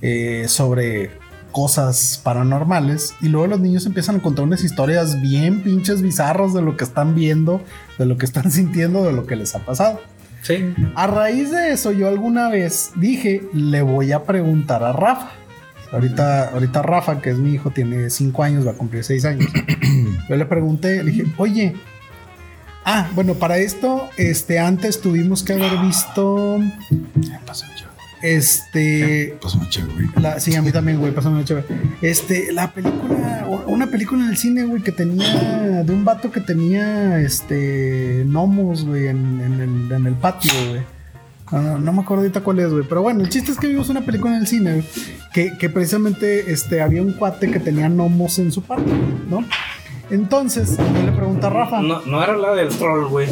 S3: eh, sobre cosas paranormales y luego los niños empiezan a contar unas historias bien pinches bizarras de lo que están viendo, de lo que están sintiendo, de lo que les ha pasado.
S2: Sí.
S3: A raíz de eso, yo alguna vez dije, le voy a preguntar a Rafa. Ahorita, ahorita Rafa, que es mi hijo, tiene 5 años, va a cumplir 6 años. Yo le pregunté, le dije, oye, ah, bueno, para esto, este, antes tuvimos que haber visto,
S1: Pasa mucho.
S3: este,
S1: Pasa mucho, güey.
S3: la- sí, a mí también, güey, pásame una chévere. Este, la película, o- una película en el cine, güey, que tenía, de un vato que tenía, este, gnomos, güey, en, en el, en el patio, güey. No, no, no me acuerdo ahorita cuál es, güey. Pero bueno, el chiste es que vimos una película en el cine, güey, que, que precisamente, este, había un cuate que tenía gnomos en su patio, ¿no? Entonces, yo le pregunto a Rafa.
S2: No, no era la del troll, güey.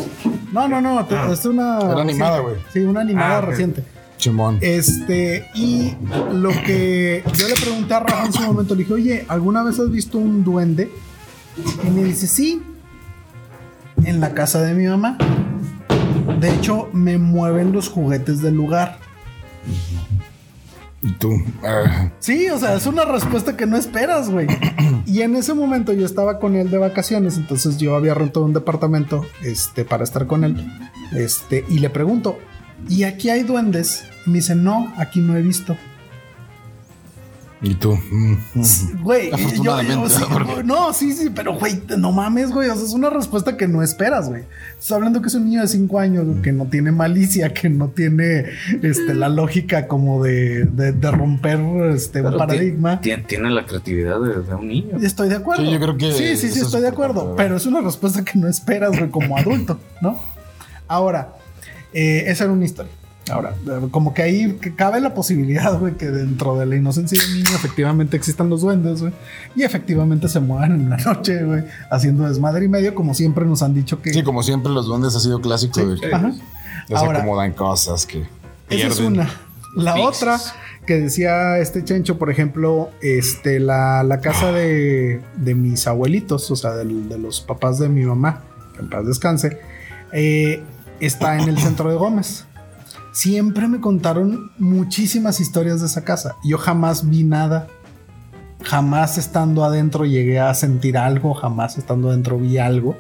S3: No, no, no, te-
S2: Ah.
S3: es una.
S1: Era animada, güey.
S3: reciente. Sí, una animada
S2: Ah, ok.
S3: reciente.
S1: Chimón.
S3: Este, y lo que yo le pregunté a Rafa en su momento, le dije, oye, ¿alguna vez has visto un duende? Y me dice, sí, en la casa de mi mamá. De hecho, me mueven los juguetes del lugar.
S1: Y tú. ah,
S3: Sí, o sea, es una respuesta que no esperas, güey. Y en ese momento yo estaba con él de vacaciones, entonces yo había rentado un departamento este, para estar con él. Este, y le pregunto, ¿y aquí hay duendes? Y me dice, no, aquí no he visto.
S1: y tú. mm, mm.
S3: Pues, Güey, yo- yo,
S1: Afortunadamente,
S3: sí,
S1: ¿verdad? Porque-
S3: no, sí, sí, pero güey, no mames, güey. O sea, es una respuesta que no esperas, güey. Estás hablando que es un niño de 5 años, güey, que no tiene malicia, que no tiene este, la lógica como de, de- de romper este, un
S2: Pero
S3: paradigma.
S2: ti- ti- Tiene, la creatividad de, de un niño.
S3: Estoy de acuerdo.
S1: Sí, yo creo que
S3: Sí, sí,
S1: eso
S3: sí,
S1: es
S3: estoy
S1: importante,
S3: de acuerdo.
S1: ¿verdad?
S3: Pero es una respuesta que no esperas, güey, como adulto, ¿no? Ahora, eh, esa era una historia. Ahora, eh, como que ahí que cabe la posibilidad, güey, que dentro de la inocencia del niño efectivamente existan los duendes, güey. Y efectivamente se muevan en la noche, güey, haciendo desmadre y medio, como siempre nos han dicho que...
S1: Sí, como siempre, los duendes ha sido clásico de que
S3: Ajá.
S1: les
S3: Ahora-
S1: acomodan cosas que.
S3: Esa es
S1: pierden.
S3: una. La
S2: Fixes.
S3: otra que decía este Chencho, por ejemplo, este, la, la casa de, de mis abuelitos, o sea, del- de los papás de mi mamá, que en paz descanse, eh, está en el centro de Gómez. siempre me contaron muchísimas historias de esa casa. Yo jamás vi nada. Jamás estando adentro llegué a sentir algo, jamás estando adentro vi algo,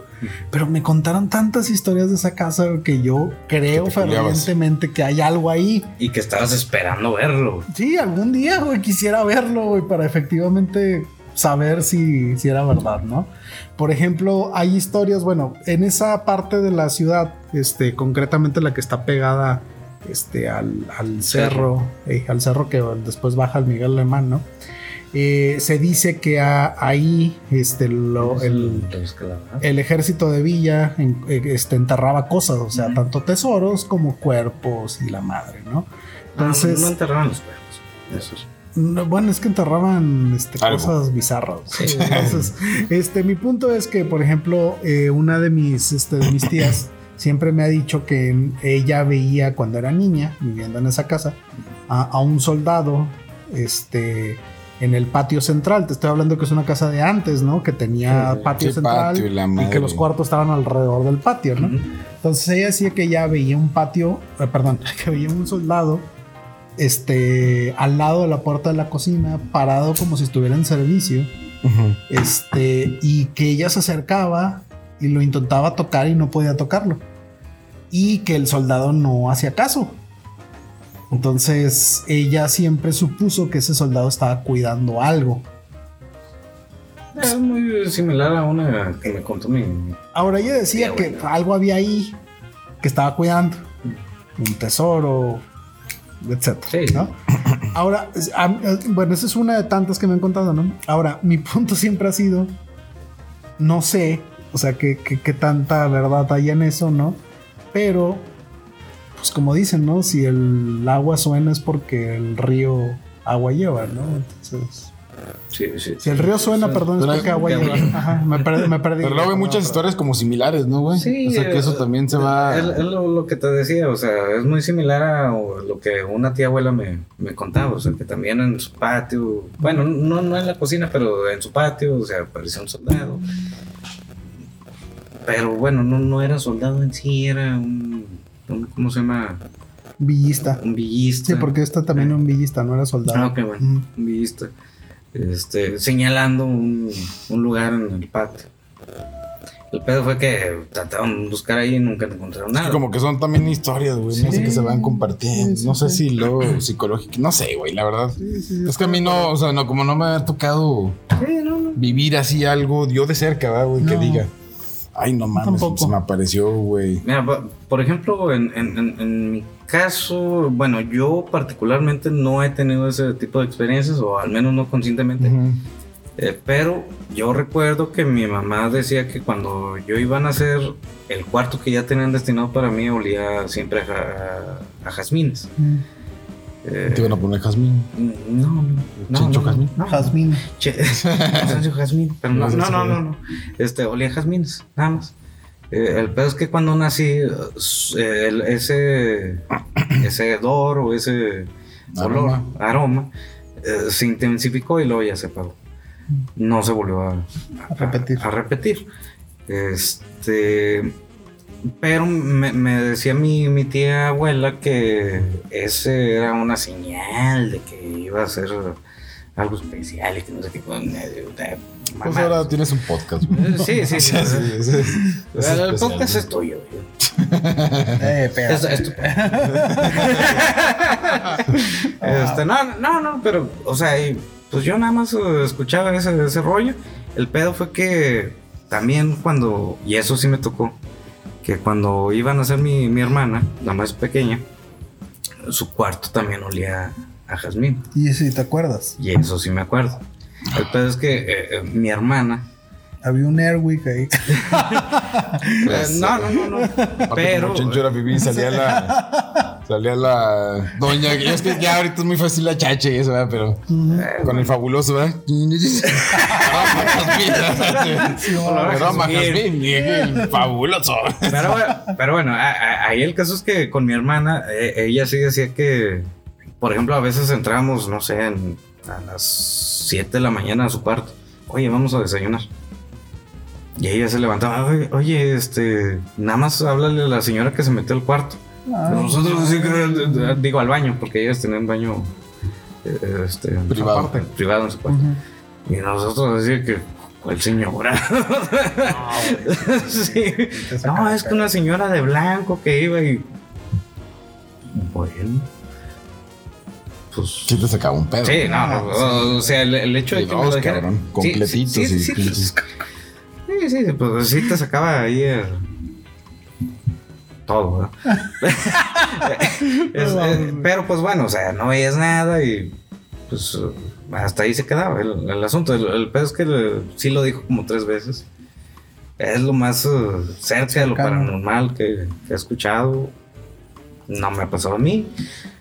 S3: pero me contaron tantas historias de esa casa que yo creo
S1: Que te culiabas.
S3: fervientemente que hay algo ahí.
S2: Y que estabas esperando verlo.
S3: Sí, algún día, güey, quisiera verlo, güey, para efectivamente saber si, si era verdad, ¿no? Por ejemplo, hay historias, bueno, en esa parte de la ciudad, este, concretamente la que está pegada este, al, al
S2: Cerro.
S3: cerro, eh, al cerro que después baja el Miguel Alemán, ¿no? Eh, se dice que a- ahí este, lo, el,
S2: Entonces, que la verdad,
S3: el ejército de Villa en- eh, este, enterraba cosas, o sea,
S2: Ujú.
S3: tanto tesoros como cuerpos y la madre, ¿no? Entonces,
S2: no, no enterraron los cuerpos. Eso es.
S3: no, Bueno, es que enterraban este,
S1: Algo.
S3: cosas bizarras. Entonces, este, mi punto es que, por ejemplo, eh, una de mis, este, de mis tías siempre me ha dicho que ella veía cuando era niña, viviendo en esa casa, a, a un soldado este, en el patio central. Te estoy hablando que es una casa de antes, ¿no? Que tenía
S2: Sí, sí.
S3: patio
S1: Sí,
S3: central
S1: patio y la
S3: y que
S1: madre.
S3: los cuartos estaban alrededor del patio, ¿no?
S2: Ujú.
S3: Entonces ella decía que ya veía un patio, eh, perdón, que veía un soldado este, al lado de la puerta de la cocina, parado como si estuviera en servicio, este, y que ella se acercaba y lo intentaba tocar y no podía tocarlo. Y que el soldado no hacía caso. Entonces ella siempre supuso que ese soldado estaba cuidando algo.
S2: Es Ah, muy similar a una que me contó mi. mi-
S3: Ahora ella decía
S2: Sí,
S3: que
S2: bueno.
S3: algo había ahí que estaba cuidando. Un tesoro, etcétera.
S2: Sí.
S3: ¿no? Ahora, es- a- a- bueno, esa es una de tantas que me han contado, ¿no? Ahora, mi punto siempre ha sido, no sé, o sea, qué qué- qué tanta verdad hay en eso, ¿no? Pero, pues como dicen, ¿no? Si el agua suena es porque el río agua lleva, ¿no? Entonces...
S2: Sí, sí.
S3: Si el río suena, perdón, es
S1: Pero-
S3: porque agua
S2: pero-
S3: lleva. Ajá, me perdí. Me perdí
S1: Pero luego hay
S3: Perdón,
S1: muchas
S3: perdón.
S1: historias como similares, ¿no, güey?
S2: Sí,
S1: o sea, que eso
S2: eh,
S1: también se va...
S2: Es, es lo, lo que te decía, o sea, es muy similar a o, lo que una tía abuela me, me contaba, o sea, que también en su patio, bueno, no, no en la cocina, pero en su patio, o sea, apareció un soldado. Pero bueno, no, no era soldado en sí, era un, un- ¿cómo se llama?
S3: Villista.
S2: Un villista.
S3: Sí, porque esta también era un villista, no era soldado.
S2: Ah, ok, bueno.
S3: Mm.
S2: Un villista. Este, señalando un, un lugar en el patio. El pedo fue que trataron de buscar ahí y nunca encontraron
S1: Es
S2: nada.
S1: que como que son también historias, güey. No
S3: Sí.
S1: sé que se van compartiendo.
S3: Sí, sí,
S1: no sé
S3: sí.
S1: si lo psicológico. No sé, güey, la verdad.
S3: Sí, sí, sí.
S1: Es que a mí no, o sea, no, como no me ha tocado
S2: Sí, no, no.
S1: vivir así algo, yo de cerca, ¿verdad, güey, que
S3: No.
S1: diga. Ay, no mames,
S3: Tampoco.
S1: se me apareció, güey.
S2: Mira, pa- por ejemplo, en, en- en- en mi caso, bueno, yo particularmente no he tenido ese tipo de experiencias, o al menos no conscientemente,
S1: Ujú.
S2: eh, pero yo recuerdo que mi mamá decía que cuando yo iba a nacer, el cuarto que ya tenían destinado para mí olía siempre a, ja- a jazmines.
S3: Mm.
S2: Eh,
S1: Te iban a poner jazmín.
S2: no, no, no,
S1: ¿Chencho
S2: no,
S1: jazmín?
S2: no.
S3: Jazmín.
S2: Che- Constancio Jazmín, pero no,
S1: No,
S2: no,
S1: sí,
S2: no,
S1: sí.
S2: no, no. Este, olía a jazmines, nada más. Eh, el pedo es que cuando nací, eh, el- ese, ese hedor o ese olor,
S1: Aroma.
S2: aroma, eh, se intensificó y luego ya se paró. No se volvió a,
S3: A repetir.
S2: a repetir. Este. Pero me, me decía mi, mi tía abuela que ese era una señal de que iba a ser algo especial y que no sé qué. con- eh, eh,
S1: Pues
S2: mamadas.
S1: ahora tienes un podcast, güey.
S2: Eh, Sí, sí, sí.
S1: Sí, sí, es- es
S2: El
S1: especial,
S2: podcast
S1: güey.
S2: es tuyo. güey.
S3: Eh,
S2: Es-
S3: espérate.
S2: es tu- Este, no, no, no, pero, o sea, y, pues yo nada más eh, escuchaba ese, ese rollo. El pedo fue que también cuando, y eso sí me tocó, que cuando iban a ser mi, mi hermana, la más pequeña, su cuarto también olía a jazmín.
S3: Y si te acuerdas,
S2: Y eso sí me acuerdo. El pedo es que eh, eh, mi hermana.
S3: había un Airwick ahí.
S1: Pues,
S2: Eh, no, no, no, no.
S1: Aparte,
S2: Pero.
S1: como Chencho era pipí, salía la... Salía la doña, que- es que ya ahorita es muy fácil la chache y eso, ¿verdad? Pero con el fabuloso, ¿verdad? Aroma, jazmín.
S2: olor a
S1: Aroma,
S2: jazmín.
S1: jazmín, y el fabuloso.
S2: Pero, bueno- pero bueno, a- a- ahí el caso es que con mi hermana, eh, ella sí decía que, por ejemplo, a veces entramos, no sé, en- a las 7 de la mañana a su cuarto. Oye, vamos a desayunar. Y ella se levantaba, "Oye, oye, este, nada más háblale a la señora que se metió al cuarto.
S3: Ah,
S2: Pero nosotros así que- digo al baño, porque ellos tenían baño eh, este,
S1: Privado.
S2: aparte, privado en su cuarto.
S3: ujú.
S2: Y nosotros así que, ¿cuál señora? Sí.
S3: Te sacan
S2: No,
S3: de
S2: es que
S3: pedo.
S2: una señora de blanco que iba y. Bueno. Pues.
S1: Sí te sacaba un pedo.
S2: Sí, no, no, o sea, el, el hecho de que. me lo
S1: Dos,
S2: dijera-
S1: cabrón,
S2: Sí,
S1: completitos
S2: Sí, sí,
S1: y
S2: sí,
S1: pinches.
S2: pues, sí, sí, pues sí te sacaba ahí el- Todo, ¿verdad? Es- es- pero pues bueno, o sea, no veías nada y pues eh, hasta ahí se quedaba el, el asunto. El, el pedo es que le- sí lo dijo como tres veces. Es lo más eh, cerca de lo
S3: Cercano.
S2: paranormal que, que he escuchado. No me ha pasado a mí.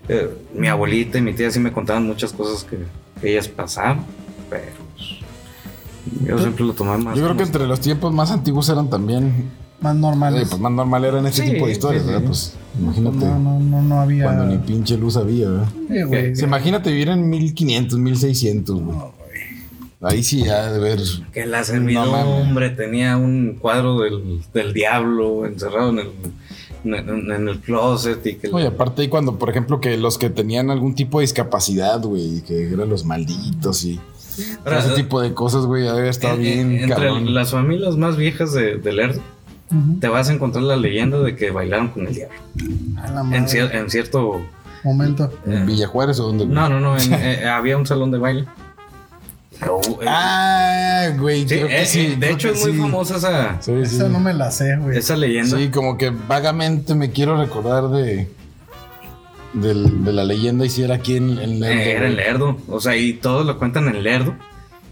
S2: Eh, mi abuelita y mi tía sí me contaban muchas cosas que, que ellas pasaban, pero pues, yo siempre lo tomaba más.
S1: Yo creo
S2: como-
S1: que entre los tiempos más antiguos eran también.
S3: Más
S1: eh,
S3: normales.
S1: pues más normal eran este
S2: Ah, Sí,
S1: tipo de historias,
S2: sí, sí.
S1: ¿verdad? Pues imagínate.
S3: no, no, no, no había.
S1: Cuando ni pinche luz había, ¿verdad?
S3: Sí, güey.
S1: Sí, imagínate vivir en 1500, 1600, güey.
S3: No, güey.
S1: Ahí sí ya de ver.
S2: Que la
S1: No
S2: servidumbre tenía un cuadro del, del diablo encerrado en el, en, en el closet y que...
S1: Oye, aparte ahí cuando, por ejemplo, que los que tenían algún tipo de discapacidad, güey, que eran los malditos y
S2: Ahora,
S1: ese tipo de cosas, güey, ya debe estar
S2: en-
S1: bien,
S2: en- Entre
S1: cabrón.
S2: las familias más viejas de, de Lerdo,
S3: Ujú.
S2: te vas a encontrar la leyenda de que bailaron con el diablo.
S3: A la
S2: En,
S3: madre.
S2: cier- en cierto...
S3: Momento.
S1: ¿En Villajuárez o dónde? güey?
S2: No, no, no, en- eh, había un salón de baile. Pero, eh,
S1: Ah, güey,
S2: sí,
S1: creo que
S2: eh,
S1: sí,
S2: eh, de
S1: creo
S2: hecho
S1: que
S2: es muy
S1: sí.
S2: famosa esa,
S1: Sí, sí.
S3: Esa no me la sé, güey.
S2: esa leyenda.
S1: Sí, como que vagamente me quiero recordar de del- de la leyenda y si era aquí en, en Lerdo,
S2: Eh, era el
S1: güey.
S2: Lerdo, o sea, y todos lo cuentan en Lerdo.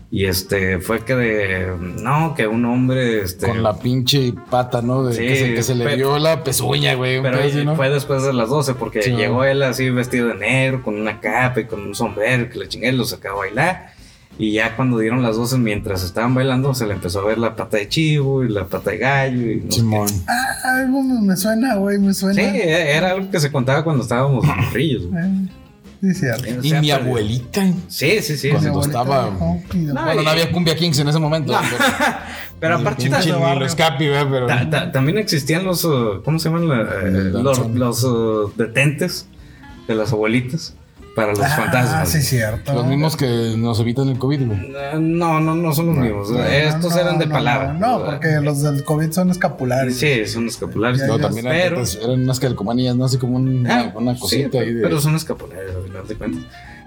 S2: Y este fue que de no, que un hombre este
S1: con la pinche pata, ¿no? De
S2: Sí,
S1: que, se, que se le
S2: pe-
S1: dio la pezuña, güey. un
S2: pero
S1: pedo así, ¿no?
S2: fue después de las 12 porque
S1: Sí,
S2: llegó
S1: ¿no?
S2: él así vestido de negro con una capa y con un sombrero que le chingué lo sacaba a bailar. Y ya cuando dieron las 12 mientras estaban bailando se le empezó a ver la pata de chivo y la pata de gallo y no sé
S1: Simón.
S3: Ah, algo me, me suena, güey, me
S2: qué.
S3: suena.
S2: Sí, e- era algo que se contaba cuando estábamos morrillos. güey.
S3: Eh, sí, cierto.
S2: O
S1: Y
S2: sea,
S1: mi
S2: pero-
S1: abuelita.
S2: Sí, sí, sí.
S1: Cuando
S3: Mi abuelita
S1: estaba-
S3: dejó y de-
S2: No,
S1: bueno,
S2: y-
S1: no había Cumbia Kings en ese momento. pero-
S2: Pero
S1: ni
S2: aparte
S1: pinche
S3: de
S1: ni
S3: barrio.
S1: los capi, güey, pero.
S2: Ta- ta- también existían los, uh, ¿cómo se llaman? La- eh,
S1: El
S2: los
S1: danzón.
S2: los, uh, detentes de las abuelitas para los
S3: Ah,
S2: fantasmas.
S3: sí, cierto.
S1: Los mismos que nos evitan el COVID, güey.
S2: Eh, No, no, no son los
S1: No,
S2: mismos.
S1: no,
S2: Estos
S3: No,
S2: eran de
S3: no,
S2: palabra.
S3: No, no, porque los del COVID son escapulares.
S2: Sí, son escapulares.
S3: Ya,
S1: No,
S3: Ellos-
S1: también eran
S2: pero-
S1: tantas- eran unas calcomanías, no así como un-
S2: Ah,
S1: una, una
S2: sí,
S1: cosita ahí de.
S2: Pero son escapulares, al final de cuentas.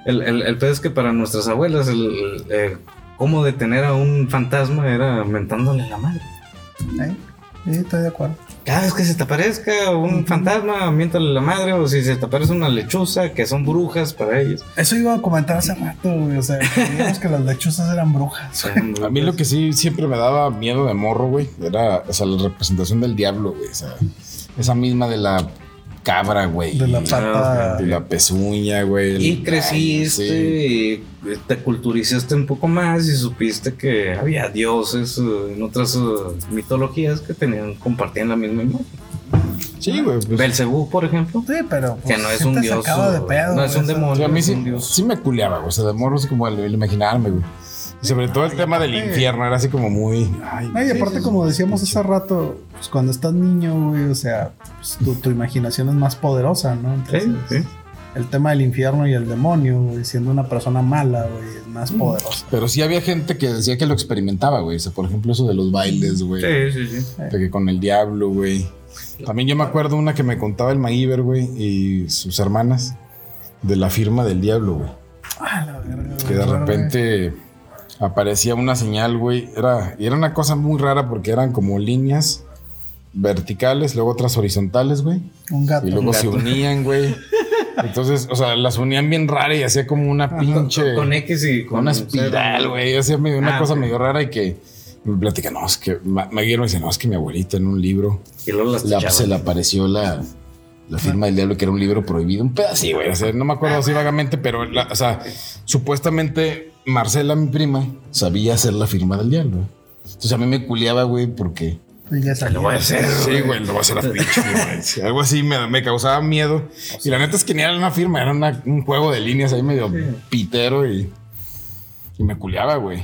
S2: El, el, el pedo es que para nuestras abuelas, el, el, eh, cómo detener a un fantasma era mentándole la madre.
S3: ¿Eh? Sí, estoy de acuerdo.
S2: Cada vez que se te aparezca un fantasma, miéntale la madre, o si se te aparece una lechuza, que son brujas para ellos.
S3: Eso iba a comentar hace rato, güey. O sea, creíamos que las lechuzas eran brujas. güey.
S2: Son
S1: A mí
S2: brujas.
S1: lo que sí siempre me daba miedo de morro, güey, era, o sea, la representación del diablo, güey. O sea, esa misma de la cabra, güey.
S3: De la
S1: y-
S3: pata.
S1: de la pezuña, güey.
S2: Y
S1: el-
S2: creciste
S1: Sí.
S2: y te culturizaste un poco más y supiste que había dioses eh, en otras eh, mitologías que tenían compartían la misma imagen.
S1: Sí, güey. pues,
S2: Belcebú, por ejemplo,
S3: Sí, pero.
S2: que
S3: pues,
S2: no es
S3: sí
S2: un
S3: te
S2: dios,
S3: sacaba de pedo,
S2: no es un
S3: güey, o sea,
S1: o
S2: demonio,
S1: sea, a mí
S2: es
S1: sí,
S2: un dios.
S1: sí me culeaba, güey. O sea, de morro es como el, el imaginarme, güey. Y sobre todo el tema del
S3: aparte-
S1: infierno, era así como muy. Ay,
S3: No, y aparte, como decíamos hace rato, pues cuando estás niño, güey, o sea, pues, tu, tu imaginación es más poderosa, ¿no?
S2: Sí,
S3: Entonces,
S2: sí.
S3: el tema del infierno y el demonio, güey, siendo una persona mala, güey, es
S1: Mm.
S3: más poderosa.
S1: Pero sí había gente que decía que lo experimentaba, güey. O sea, por ejemplo, eso de los bailes, güey.
S2: Sí, sí, sí.
S1: De que con el diablo, güey. También yo me acuerdo una que me contaba el Maíber, güey, y sus hermanas de la firma del diablo, güey.
S3: Ah, la verga, güey,
S1: Que de
S3: claro,
S1: repente aparecía una señal, güey. Era, y era una cosa muy rara porque eran como líneas verticales, luego otras horizontales, güey.
S3: güey. Un gato.
S1: Y luego
S2: Un
S1: se
S2: gato.
S1: unían, güey. Entonces, o sea, las unían bien rara y hacía como una pinche.
S2: Con X y con
S1: Una espiral, güey. Hacía medio- una
S2: Ah,
S1: cosa
S2: ok.
S1: medio rara y que me platica, no, es que Ma- Maguire me dice, no, es que mi abuelita en un libro
S2: Y luego las
S1: la-
S2: tachaban.
S1: se le apareció la,
S2: Ah.
S1: la firma del diablo, que era un libro prohibido, un pedazo, sí, güey. O sea, no me acuerdo así vagamente, pero, la- o sea, supuestamente Marcela, mi prima, sabía hacer la firma del diablo. güey. Entonces a mí me culiaba, güey, porque.
S3: Y Pues ya salió.
S2: Lo voy a hacer.
S1: Sí, güey, lo voy a hacer a pinche, güey. Sí, Algo así me, me causaba miedo. Y la neta es que ni era una firma, era una- un juego de líneas ahí medio pitero y, y me culeaba, güey.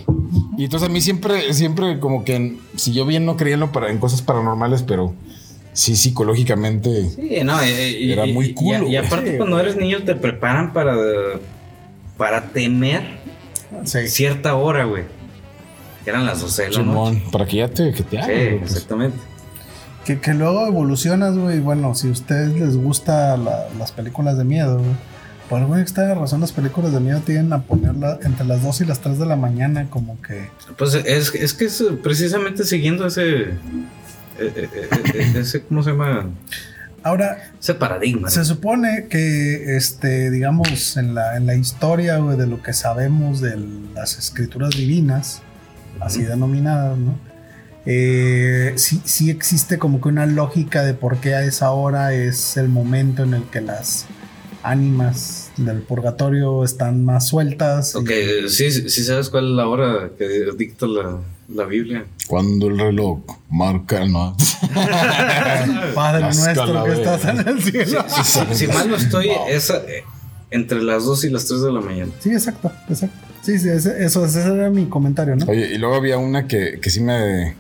S1: Y entonces a mí siempre, siempre como que en- si yo bien no creía en, lo para, en cosas paranormales, pero sí, psicológicamente.
S2: Sí, no, eh, y- y-
S1: Era
S2: y-
S1: muy
S2: y-
S1: culo,
S2: Y,
S1: güey.
S2: aparte,
S3: Sí,
S2: cuando
S3: güey.
S2: eres niño, te preparan para, para temer
S3: Sí.
S2: cierta hora, güey. Que eran las 12 de la noche.
S1: Simón, para que ya te, que te
S2: Sí,
S1: hagan, güey, pues.
S2: exactamente.
S3: Que, que luego evolucionas, güey. Bueno, si a ustedes les gustan las películas de miedo, güey. Por alguna extraña razón, las películas de miedo tienden a ponerla entre las 2 y las 3 de la mañana, como que.
S2: Pues es, es que es precisamente siguiendo ese. eh, eh, eh, eh, ese ¿Cómo se llama?
S3: Ahora,
S2: Ese paradigma.
S3: se
S2: ¿no?
S3: supone que, este, digamos, en la, en la historia, güey, de lo que sabemos de las escrituras divinas, así denominadas, ¿no? Eh, sí, sí existe como que una lógica de por qué a esa hora es el momento en el que las ánimas del purgatorio están más sueltas. y-
S2: Ok, eh, sí, sí sí sabes cuál es la hora que dicta la, la Biblia.
S1: Cuando el reloj marca no.
S3: Padre
S1: Las
S3: nuestro que
S1: calaveras.
S3: estás en el cielo. Sí,
S2: Si mal no estoy, esa, eh, entre las 2 y las 3 de la mañana.
S3: exacto, exacto. Sí, sí, ese- eso, ese era mi comentario, ¿no?
S1: Oye, y luego había una que, que sí me.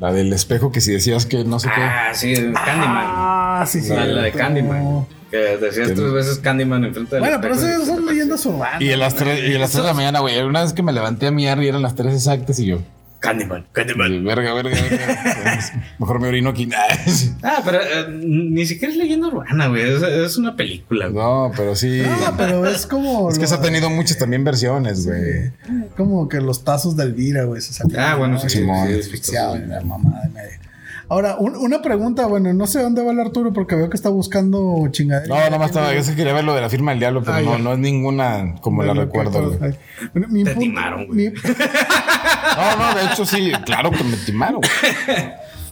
S1: La del espejo, que si decías que no sé
S2: Ah, sí, Candyman.
S3: Ah, sí, sí.
S2: La, la de
S3: cierto.
S2: Candyman. Que decías
S1: Que-
S2: tres veces Candyman enfrente de
S3: Bueno, pero esas son leyendas urbanas.
S1: qué. Y a las 3 y a las tres de la mañana, güey. Una vez que me levanté a miar y eran las 3 exactas y yo.
S2: Candyman,
S1: Verga,
S2: Candyman.
S1: verga, verga. pues, Mejor me orino aquí.
S2: Ah, pero eh, ni siquiera es leyenda urbana, güey. Es, es una película. güey.
S1: No, pero sí.
S3: No, pero es como.
S1: Es que
S3: lo-
S1: eso ha tenido muchas también versiones, güey.
S3: Como que los tazos de Elvira, güey, se salieron.
S2: Ah, bueno,
S3: ¿no?
S2: sí,
S3: Y-
S2: sí,
S1: Simón.
S2: sí, es
S3: asfixiado,
S2: ficticio.
S3: la mamá de media. Ahora, un- una pregunta, bueno, no sé dónde va el Arturo porque veo que está buscando chingaderas.
S1: No, nada más estaba. Yo sé que quería ver lo de la firma del diablo, pero
S3: Ah,
S1: no,
S3: ya.
S1: no es ninguna como la recuerdo, güey.
S3: Mi
S2: Te
S3: punto-
S2: timaron, güey.
S3: mi-
S1: No, no, de hecho sí, claro que me timaron. güey.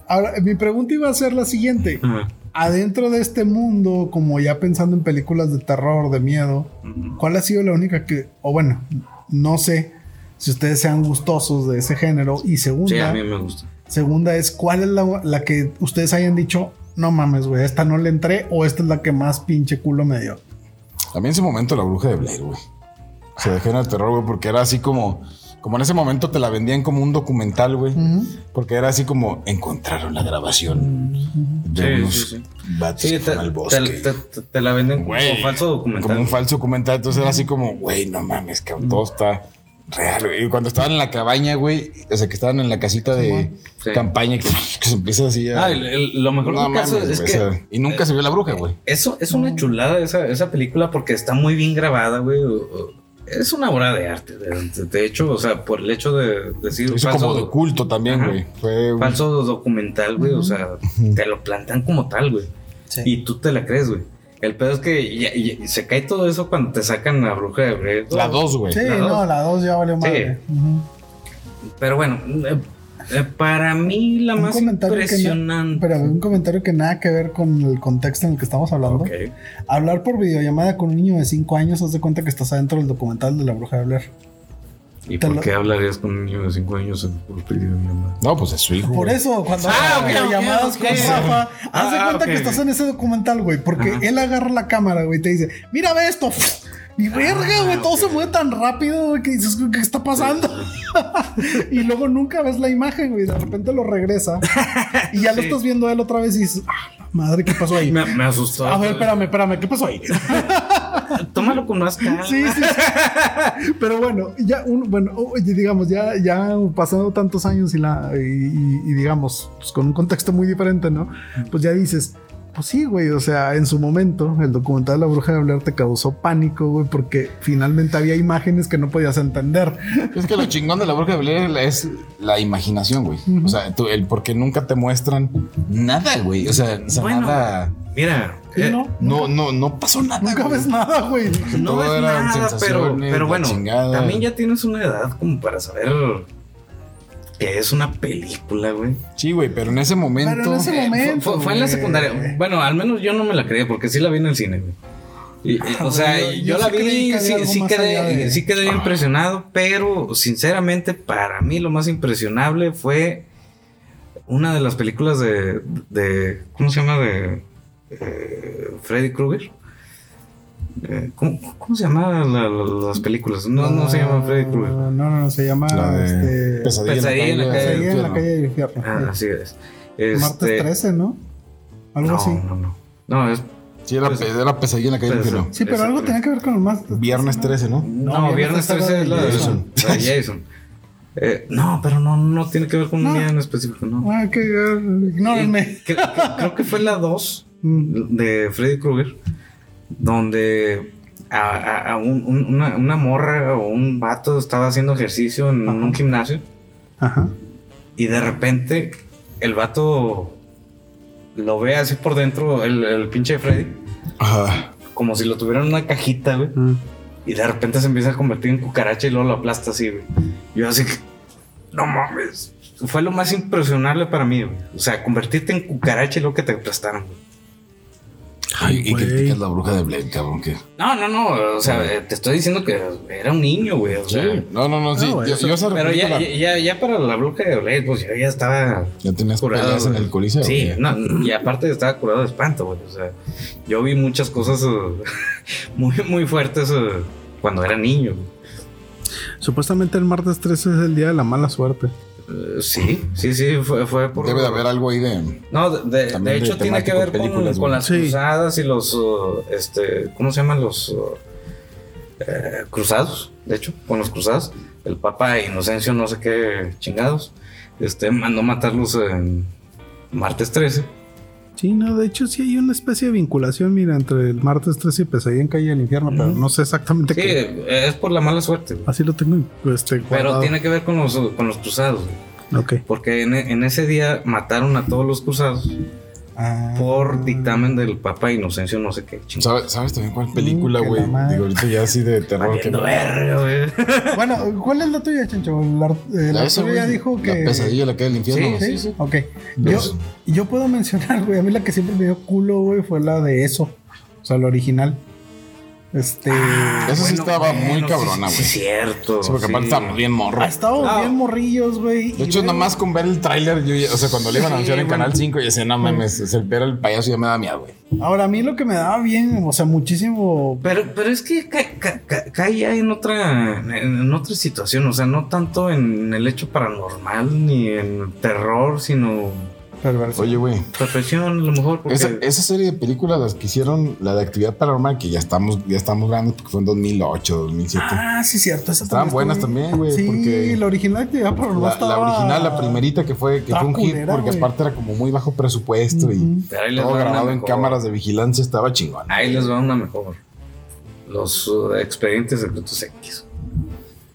S3: ahora, mi pregunta iba a ser la siguiente.
S2: Ajá.
S3: Adentro de este mundo, como ya pensando en películas de terror, de miedo,
S2: Ujú.
S3: ¿Cuál ha sido la única que, o bueno, no sé si ustedes sean gustosos de ese género? Y
S2: Sí, a
S3: segunda,
S2: mí me gusta.
S3: segunda es cuál es la, la que ustedes hayan dicho, no mames, güey, esta no le entré o esta es la que más pinche culo me dio.
S1: También en su momento la bruja de Blair, güey. Se dejó en el terror, güey, porque era así como. Como en ese momento te la vendían como un documental, güey. Porque era así como encontraron la grabación de
S2: Sí,
S1: unos
S2: sí,
S1: vatos
S2: Sí,
S1: que
S2: te,
S1: fueron al
S2: te-
S1: bosque.
S2: te- te- te la venden como
S1: Güey,
S2: falso
S1: Como
S2: documental.
S1: un falso documental. Entonces era así como, güey, no mames, que todo está real. güey. Y cuando estaban en la cabaña, güey, o sea, que estaban en la casita de
S2: Sí.
S1: campaña que, que se empieza así a.
S2: Ah, el- el- lo mejor
S1: No
S2: del caso
S1: mames,
S2: es
S1: güey,
S2: que eh,
S1: o sea, y nunca se vio la bruja, güey.
S2: Eso es una chulada esa, esa película porque está muy bien grabada, güey. O- o- Es una obra de arte. De, de- de hecho, o sea, por el hecho de decir
S1: Lo hizo como de culto también,
S2: Ajá.
S1: güey. Fue un-
S2: falso documental, güey. O sea, te lo plantan como tal, güey. Y tú te la crees, güey. El pedo es que ya- ya- se cae todo eso cuando te sacan la bruja de Blair.
S1: la dos, güey.
S3: Sí,
S2: La
S3: no,
S2: dos.
S3: la dos ya valió madre. Ujú.
S2: Pero bueno, eh, eh, para mí la
S3: Un
S2: más
S3: comentario que no-
S2: impresionante.
S3: Pero un comentario que nada que ver con el contexto en el que estamos hablando.
S2: Ok.
S3: Hablar por videollamada con un niño de 5 años, haz de cuenta que estás adentro del documental de la bruja de Blair.
S2: ¿Y
S3: Te
S2: por
S3: lo-
S2: qué hablarías con un niño de 5 años en por videollamada?
S1: No, pues es su hijo.
S3: Por
S1: güey.
S3: eso, cuando
S2: Ah, ok,
S3: haces
S2: ok,
S3: llamadas
S2: ok.
S3: con Rafa, haz de
S2: Ah,
S3: cuenta
S2: ok.
S3: que estás en ese documental, güey, porque
S2: Ajá.
S3: él agarra la cámara, güey, y te dice, mira, ve esto. Y verga, güey, todo
S2: Ah, ok.
S3: se mueve tan rápido, güey, que dices, ¿qué está pasando? y luego nunca ves la imagen, güey, de repente lo regresa y ya lo
S2: Sí.
S3: estás viendo a él otra vez y dices, ah, la madre, ¿qué pasó ahí?
S2: Me, me asustó.
S3: A ver, espérame, espérame, ¿qué pasó ahí?
S2: Tómalo con más calma.
S3: Sí, sí, sí. Pero bueno, ya un, bueno, oye, digamos, ya, ya pasado tantos años y la, y, y- y digamos, pues, con un contexto muy diferente, ¿no? Pues ya dices, pues sí, güey. O sea, en su momento, el documental La Bruja de hablar te causó pánico, güey, porque finalmente había imágenes que no podías entender.
S1: Es que lo chingón de la bruja de Blair es la imaginación, güey. O sea, tú- el porque nunca te muestran nada, güey. O sea, o sea,
S2: Bueno.
S1: nada.
S2: Mira,
S3: Y
S2: eh,
S3: no,
S1: No, no, no pasó nada.
S3: nunca
S1: güey.
S3: ves nada, güey.
S2: no
S1: todo
S2: es
S1: eran
S2: nada, pero,
S1: sensaciones,
S2: pero
S1: la
S2: bueno,
S1: chingada.
S2: también ya tienes una edad como para saber que es una película, güey.
S1: Sí, güey, pero en ese momento.
S3: Pero en ese
S2: Eh,
S3: momento.
S2: fue, fue- fue en la
S3: güey.
S2: secundaria. Bueno, al menos yo no me la creí porque sí la vi en el cine, güey. Y, y, o
S3: güey,
S2: sea,
S3: Ah, yo-
S2: yo,
S3: yo
S2: la
S3: sí creí
S2: vi,
S3: que había
S2: sí,
S3: algo
S2: sí
S3: más allá
S2: quedé,
S3: de- Ah.
S2: sí quedé impresionado, pero sinceramente para mí lo más impresionable fue una de las películas de, de- ¿cómo se llama? De eh, Freddy Krueger. Eh, ¿Cómo, cómo se llaman las películas? No, no se llama Freddy Krueger.
S3: No, no, no, se llama
S1: La de
S3: este,
S1: pesadilla,
S2: Pesadilla en la
S1: del
S2: calle del
S3: Pesadilla en la
S1: infierno.
S3: calle del infierno.
S2: Ah, así es. Ah, Este,
S3: Martes 13, ¿no? Algo
S2: no,
S3: así.
S2: no, no. No, es.
S1: Sí, era,
S2: Pues-
S1: era pesadilla en la calle del
S2: pues-
S1: infierno.
S3: Sí, pero algo
S2: Exactamente.
S3: tenía que ver con el más.
S1: Viernes 13, ¿no?
S2: No,
S3: No,
S2: Viernes
S3: Viernes
S2: 13 es la de
S1: Jason.
S2: la de Jason. Eh, no, pero no, no tiene que ver con
S3: No.
S2: un día en específico, no.
S3: Ah, que eh, ignórenme. Mm.
S2: Eh, cre- cre- creo que fue la 2 de Freddy Krueger, donde a, a- a un- un- una, una morra o un vato estaba haciendo ejercicio en
S3: Ajá.
S2: un gimnasio
S3: Ajá.
S2: y de repente el vato lo ve así por dentro, el, el pinche Freddy,
S1: Ajá.
S2: como si lo tuviera en una cajita, güey.
S3: Ah.
S2: Y de repente se empieza a convertir en cucaracha y luego lo aplasta así, güey. Yo así que, no mames. Fue lo más impresionable para mí, güey. O sea, convertirte en cucaracha y luego que te aplastaron, güey.
S1: Ay, y
S3: Güey.
S1: criticas la bruja de Blair, cabrón. Que...
S2: No, no, no. O sea, eh, te estoy diciendo que era un niño, güey. O sea,
S1: No, no, no, sí.
S3: No, güey,
S1: yo,
S3: eso-
S1: yo esa
S2: pero ya,
S1: película-
S2: ya, ya, ya para la bruja de Blade, pues yo ya estaba
S1: ¿Ya tenías
S2: curado.
S1: peleas en
S2: güey.
S1: el coliseo?
S2: Sí,
S1: güey?
S2: no, y aparte estaba curado de espanto, güey. O sea, yo vi muchas cosas eh, muy, muy fuertes eh, cuando era niño. güey.
S3: Supuestamente el martes 13 es el día de la mala suerte.
S2: Eh, sí, sí, sí, fue, fue por...
S1: Debe de haber algo ahí de.
S2: No, de- de,
S1: También
S2: de hecho
S1: de
S2: tiene que
S1: temático,
S2: ver con,
S1: películas,
S2: con
S1: güey.
S2: las
S3: Sí.
S2: cruzadas y los, uh, este, ¿cómo se llaman los uh, eh, cruzados? De hecho, con los cruzados, el Papa Inocencio no sé qué chingados, este, mandó matarlos en martes 13.
S3: Sí, no, de hecho sí hay una especie de vinculación, mira, entre el martes 13 y pesadilla en calle del infierno, pero
S2: Ujú.
S3: no sé exactamente
S2: Sí,
S3: qué.
S2: es por la mala suerte, güey.
S3: Así lo tengo este,
S2: pero
S3: guardado.
S2: tiene que ver con los, uh, con los cruzados, güey,
S3: Ok.
S2: porque en, en ese día mataron a todos los cruzados
S3: Ah.
S2: por dictamen del Papa Inocencio no sé qué chingados.
S1: ¿Sabe- ¿Sabes también cuál película,
S3: que la
S1: güey?
S3: madre.
S1: Digo, ahorita ya así de terror. que
S2: Valiendo verga, güey.
S3: Bueno, ¿cuál es la tuya, Chencho? La, eh, la
S1: esa,
S3: tuya
S1: güey,
S3: ya dijo que.
S1: La pesadilla en la calle del infierno.
S3: ¿Sí?
S2: Sí,
S3: Ok. Yo,
S1: Dos.
S3: yo puedo mencionar, güey. A mí la que siempre me dio culo, güey, fue la de eso. O sea, la original. Este.
S1: Ah, Esa sí estaba muy
S2: sí,
S1: cabrona,
S2: sí,
S1: güey.
S2: Sí, cierto.
S1: Sí, porque
S2: sí.
S1: aparte estábamos bien morros.
S3: Estábamos
S2: Ah.
S3: bien morrillos, güey.
S1: De hecho, nada más con ver el tráiler, yo ya- o sea, cuando le iban a
S2: Sí,
S1: anunciar en
S2: bueno.
S1: Canal 5, y decía, no mames, es el, ver al payaso ya me da miedo, güey.
S3: Ahora, a mí lo que me daba bien, o sea, muchísimo.
S2: Pero, pero es que ca- ca- ca- cae ya en otra, en, en otra situación, o sea, no tanto en el hecho paranormal ni en terror, sino
S3: Perverso.
S1: Oye, güey.
S2: perfección a lo mejor. Porque
S1: Esa, esa serie de películas las que hicieron, la de actividad paranormal, que ya estamos, ya estamos grandes, porque fue en 2008, 2007.
S3: Ah, sí, cierto. esa
S1: Estaban
S3: estuvo
S1: buenas
S3: bien.
S1: también, güey,
S3: Sí,
S1: porque
S3: la original que ya por
S1: la, la original, la primerita que fue, que
S3: Estaba
S1: fue un hit,
S3: culera,
S1: porque
S3: güey.
S1: aparte era como muy bajo presupuesto
S2: pero ahí
S1: y
S2: les
S1: todo
S2: va una
S1: grabado en
S2: mejor.
S1: cámaras de vigilancia, estaba chingón.
S2: Ahí les va una mejor. Los uh, expedientes secretos X.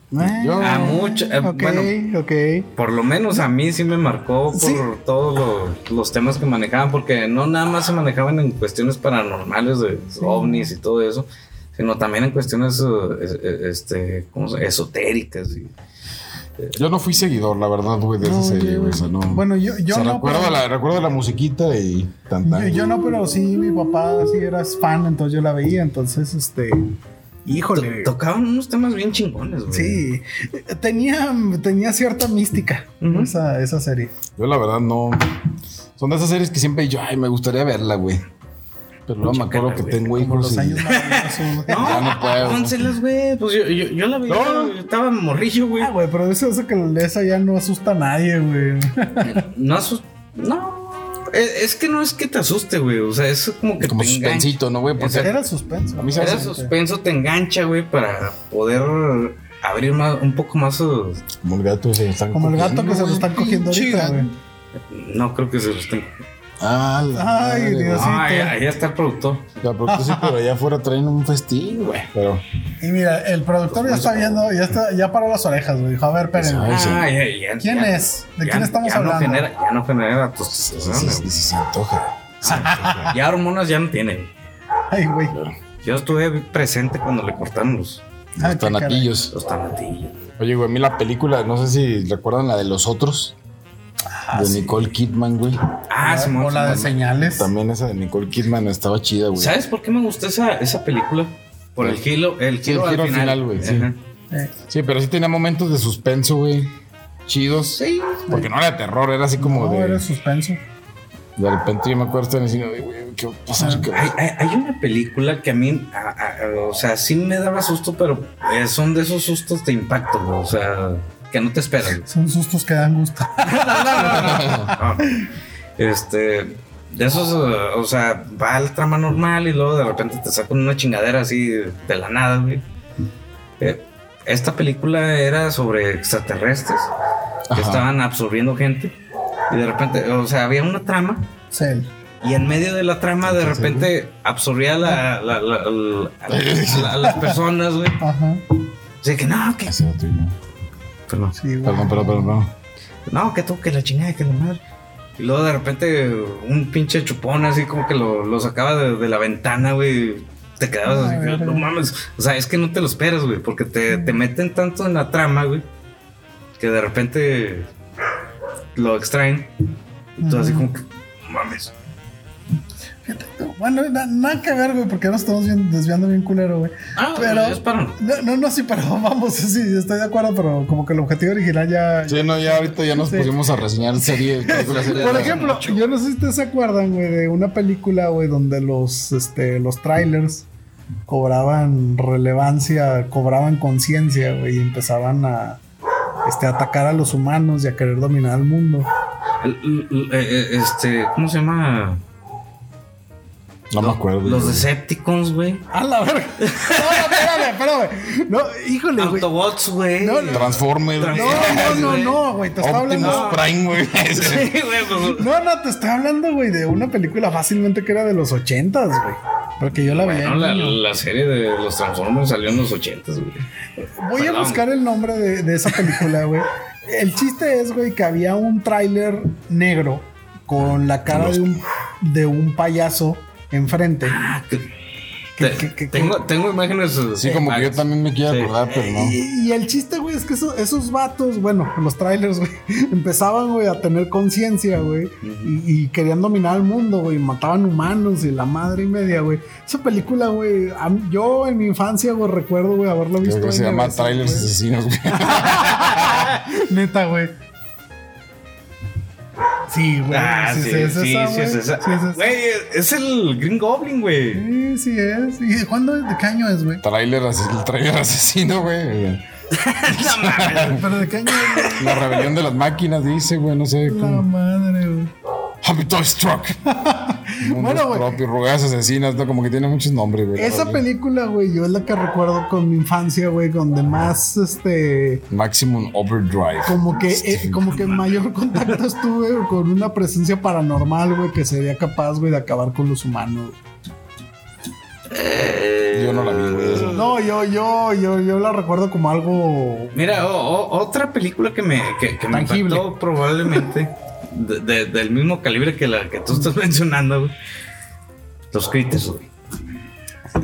S1: Yo-
S2: Ah, mucho, eh,
S3: ok,
S2: bueno.
S3: ok.
S2: Por lo menos a mí sí me marcó por
S3: Sí.
S2: todos lo- los temas que manejaban, porque no nada más se manejaban en cuestiones paranormales de ovnis y todo eso, sino también en cuestiones eh, es- eh, este, ¿cómo se- esotéricas. y-
S1: Yo no fui seguidor, la verdad, güey, de
S3: No,
S1: esa serie,
S3: yo-
S1: güey. o sea, no.
S3: Bueno, yo, yo
S1: O sea,
S3: no.
S1: recuerdo,
S3: pero-
S1: la, recuerdo la musiquita y tan, tan.
S3: Yo, yo no, pero sí, mi papá sí era fan, entonces yo la veía, entonces este. Híjole.
S2: To- tocaban unos temas bien chingones, güey.
S3: Sí, eh, tenía, tenía cierta mística
S2: Ujú.
S3: esa, esa serie.
S1: Yo la verdad no. Son de esas series que siempre yo, ay, me gustaría verla, güey. Pero no me acuerdo
S2: Chécala,
S1: que
S2: güey,
S1: tengo
S3: Como
S1: hijos
S3: los
S1: y...
S3: años maravillosos.
S2: No,
S1: Ya pues no puedo.
S2: pónselas, güey. Pues yo, yo, yo la veía,
S1: No.
S2: yo estaba morrillo, güey.
S3: Ah, güey, pero eso, eso que esa ya no asusta a nadie, güey.
S2: No, asus- no. E, Es, es que no es que te asuste, güey. O sea, es como que
S1: como
S2: te engancha.
S1: suspensito, ¿no, güey? Porque
S3: Era suspenso.
S1: A mí se
S2: Era
S1: Exactamente.
S2: suspenso, te engancha, güey, para poder abrir más, un poco más. uh,
S1: como el gato se están
S3: Como el gato que
S1: cogiendo,
S3: se lo
S1: güey.
S3: están cogiendo ahorita, güey.
S2: No creo que se los tenga.
S1: Ah, la
S3: Ay,
S1: madre, güey.
S3: Dios.
S2: Ah,
S3: te-
S2: ahí, ahí está el productor.
S1: O sea, porque sí, pero allá afuera traen un festín, güey. Pero
S3: Y mira, el productor ya está viendo, ya está, ya paró las orejas, güey. Dijo, a ver, espérenme.
S1: Ay, sí.
S2: Ah, ya- ya-
S3: ¿Quién
S2: ya-
S3: es? ¿De
S2: ya-
S3: quién estamos
S2: ya no
S3: hablando?
S2: genera- ya no genera
S1: pues, sí,
S2: testosterona,
S1: sí, sí,
S2: güey.
S1: sí, se antoja. Se antoja.
S2: Ya hormonas ya no tiene. güey.
S3: Ay, güey.
S2: Yo estuve presente cuando le cortaron los,
S3: Ah,
S1: Los
S3: qué
S1: tanatillos.
S2: los tanatillos.
S1: Oye, güey, a mí la película, no sé si recuerdan la de Los Otros. de Nicole Kidman, güey.
S2: Ah,
S3: Ah, O-
S2: se me
S3: o la de
S2: se me-
S3: señales.
S1: También esa de Nicole Kidman estaba chida, güey.
S2: ¿Sabes por qué me gustó esa, esa película? Por el giro, el
S1: Sí, el
S2: giro,
S1: giro
S2: al final,
S1: güey, sí.
S2: Ajá.
S3: Eh,
S1: Sí, pero sí tenía momentos de suspenso, güey. Chidos.
S2: Sí.
S1: Porque no era de terror, era así como
S3: no,
S1: de.
S3: era suspenso.
S1: De repente yo me acuerdo estar en el cine de, güey, ¿qué va a pasar? ¿Qué va a
S2: Hay,
S1: pasar?".
S2: hay- hay una película que a mí, a- a- o sea, sí me daba susto, pero eh, son de esos sustos de impacto, güey, o sea, que no te esperas.
S3: Son sustos que dan gusto.
S2: No, no, no, no. Este, De esos, eh, o sea, va la trama normal y luego de repente te sacan una chingadera así de la nada, güey. Eh, esta película era sobre extraterrestres que
S1: Ajá.
S2: estaban absorbiendo gente y de repente, o sea, había una trama
S3: Cell.
S2: y en medio de la trama de repente absorbía a la, la- la- la- la- a las personas, güey.
S3: Ajá.
S2: Así que no, que...
S1: Ese otro, ¿no?
S2: Perdón.
S3: Sí, güey.
S1: Perdón, perdón, perdón, perdón.
S2: No, que tú, que la chingada, que la madre. Y luego de repente un pinche chupón así como que lo, lo sacaba de, de la ventana, güey. Te quedabas
S3: Ah,
S2: así,
S3: verga.
S2: no mames. O sea, es que no te lo esperas, güey, porque te, te meten tanto en la trama, güey, que de repente lo extraen. Y tú así
S3: Ujú.
S2: como que, no mames.
S3: Bueno, na- nada que ver, güey, porque nos estamos bien- desviando bien culero, güey.
S2: Ah,
S3: Pero-
S2: es para-
S3: No, no, no, sí, pero vamos, sí, estoy de acuerdo, pero como que el objetivo original ya...
S1: Sí, no, ya ahorita ya nos
S3: Sí.
S1: pusimos a reseñar series, películas. series.
S3: Por ejemplo, yo no sé si ustedes se acuerdan, güey, de una película, güey, donde los, este, los trailers cobraban relevancia, cobraban conciencia, güey, y empezaban a este, a atacar a los humanos y a querer dominar el mundo.
S2: el- el- el- eh, eh, este, ¿cómo se llama?
S1: No me acuerdo.
S2: Los
S1: güey.
S2: Decepticons, güey.
S3: ¡A la verga! No, no, espérame, espérame. No, híjole, güey.
S2: Autobots, güey.
S3: No, no.
S1: Transformers.
S2: Trans-
S1: güey.
S3: No, no, no, no, güey, te estaba
S1: Optimus
S3: hablando...
S1: Prime, güey.
S2: Sí, güey, pues,
S3: No, no, te estoy hablando, güey, de una película fácilmente que era de los ochentas, güey. Porque yo la veía.
S2: Bueno, la,
S3: niño.
S2: la serie de los Transformers salió en los 80, güey.
S3: Voy a
S2: Perdón.
S3: buscar el nombre de, de esa película, güey. El chiste es, güey, que había un tráiler negro con la cara de un, de un payaso enfrente.
S2: Te-
S3: Ah, qué- qué-
S2: tengo, tengo imágenes.
S1: Sí, como que yo también me quiero
S2: Sí.
S1: acordar, pero no.
S3: Y, y el chiste, güey, es que eso- esos vatos, bueno, los trailers, güey, empezaban, güey, a tener conciencia, güey, y, y querían dominar el mundo, güey, mataban humanos y la madre y media, güey. Esa película, güey, a mí- yo en mi infancia, güey, recuerdo, güey, haberlo visto.
S1: Creo que se
S3: N
S1: llama
S3: veces,
S1: Trailers
S3: güey.
S1: Asesinos, güey.
S3: Neta, güey. Sí, güey.
S2: Ah, sí, sí, sí,
S3: es esa, güey.
S2: es esa.
S3: Sí, es esa.
S2: Güey, es el Green Goblin, güey.
S3: Sí, sí es. ¿Y de cuándo? ¿De qué año es, güey?
S1: Trailer, ases- el trailer asesino, güey.
S2: No mames.
S3: Pero de qué año es,
S1: La rebelión de las máquinas, dice, güey, no sé
S3: güey? La
S1: cómo.
S3: madre, güey.
S1: Habitat Struck.
S3: Bueno,
S1: Bueno,
S3: güey.
S1: propio, rugas asesinas, ¿no? como que tiene muchos nombres, güey. la
S3: Esa
S1: verdad.
S3: película, güey, yo es la que recuerdo con mi infancia, güey, donde más, este,
S1: Maximum Overdrive. Este,
S3: como que, eh, como que mayor contacto estuve con una presencia paranormal, güey, que sería capaz, güey, de acabar con los humanos.
S1: Yo no la vi, güey.
S3: No, yo, yo, yo, yo la recuerdo como algo
S2: Mira, o- o- otra película que me, que, que me
S3: Tangible.
S2: impactó probablemente de- de- del mismo calibre que la que tú estás mencionando, güey. Los Critters, güey.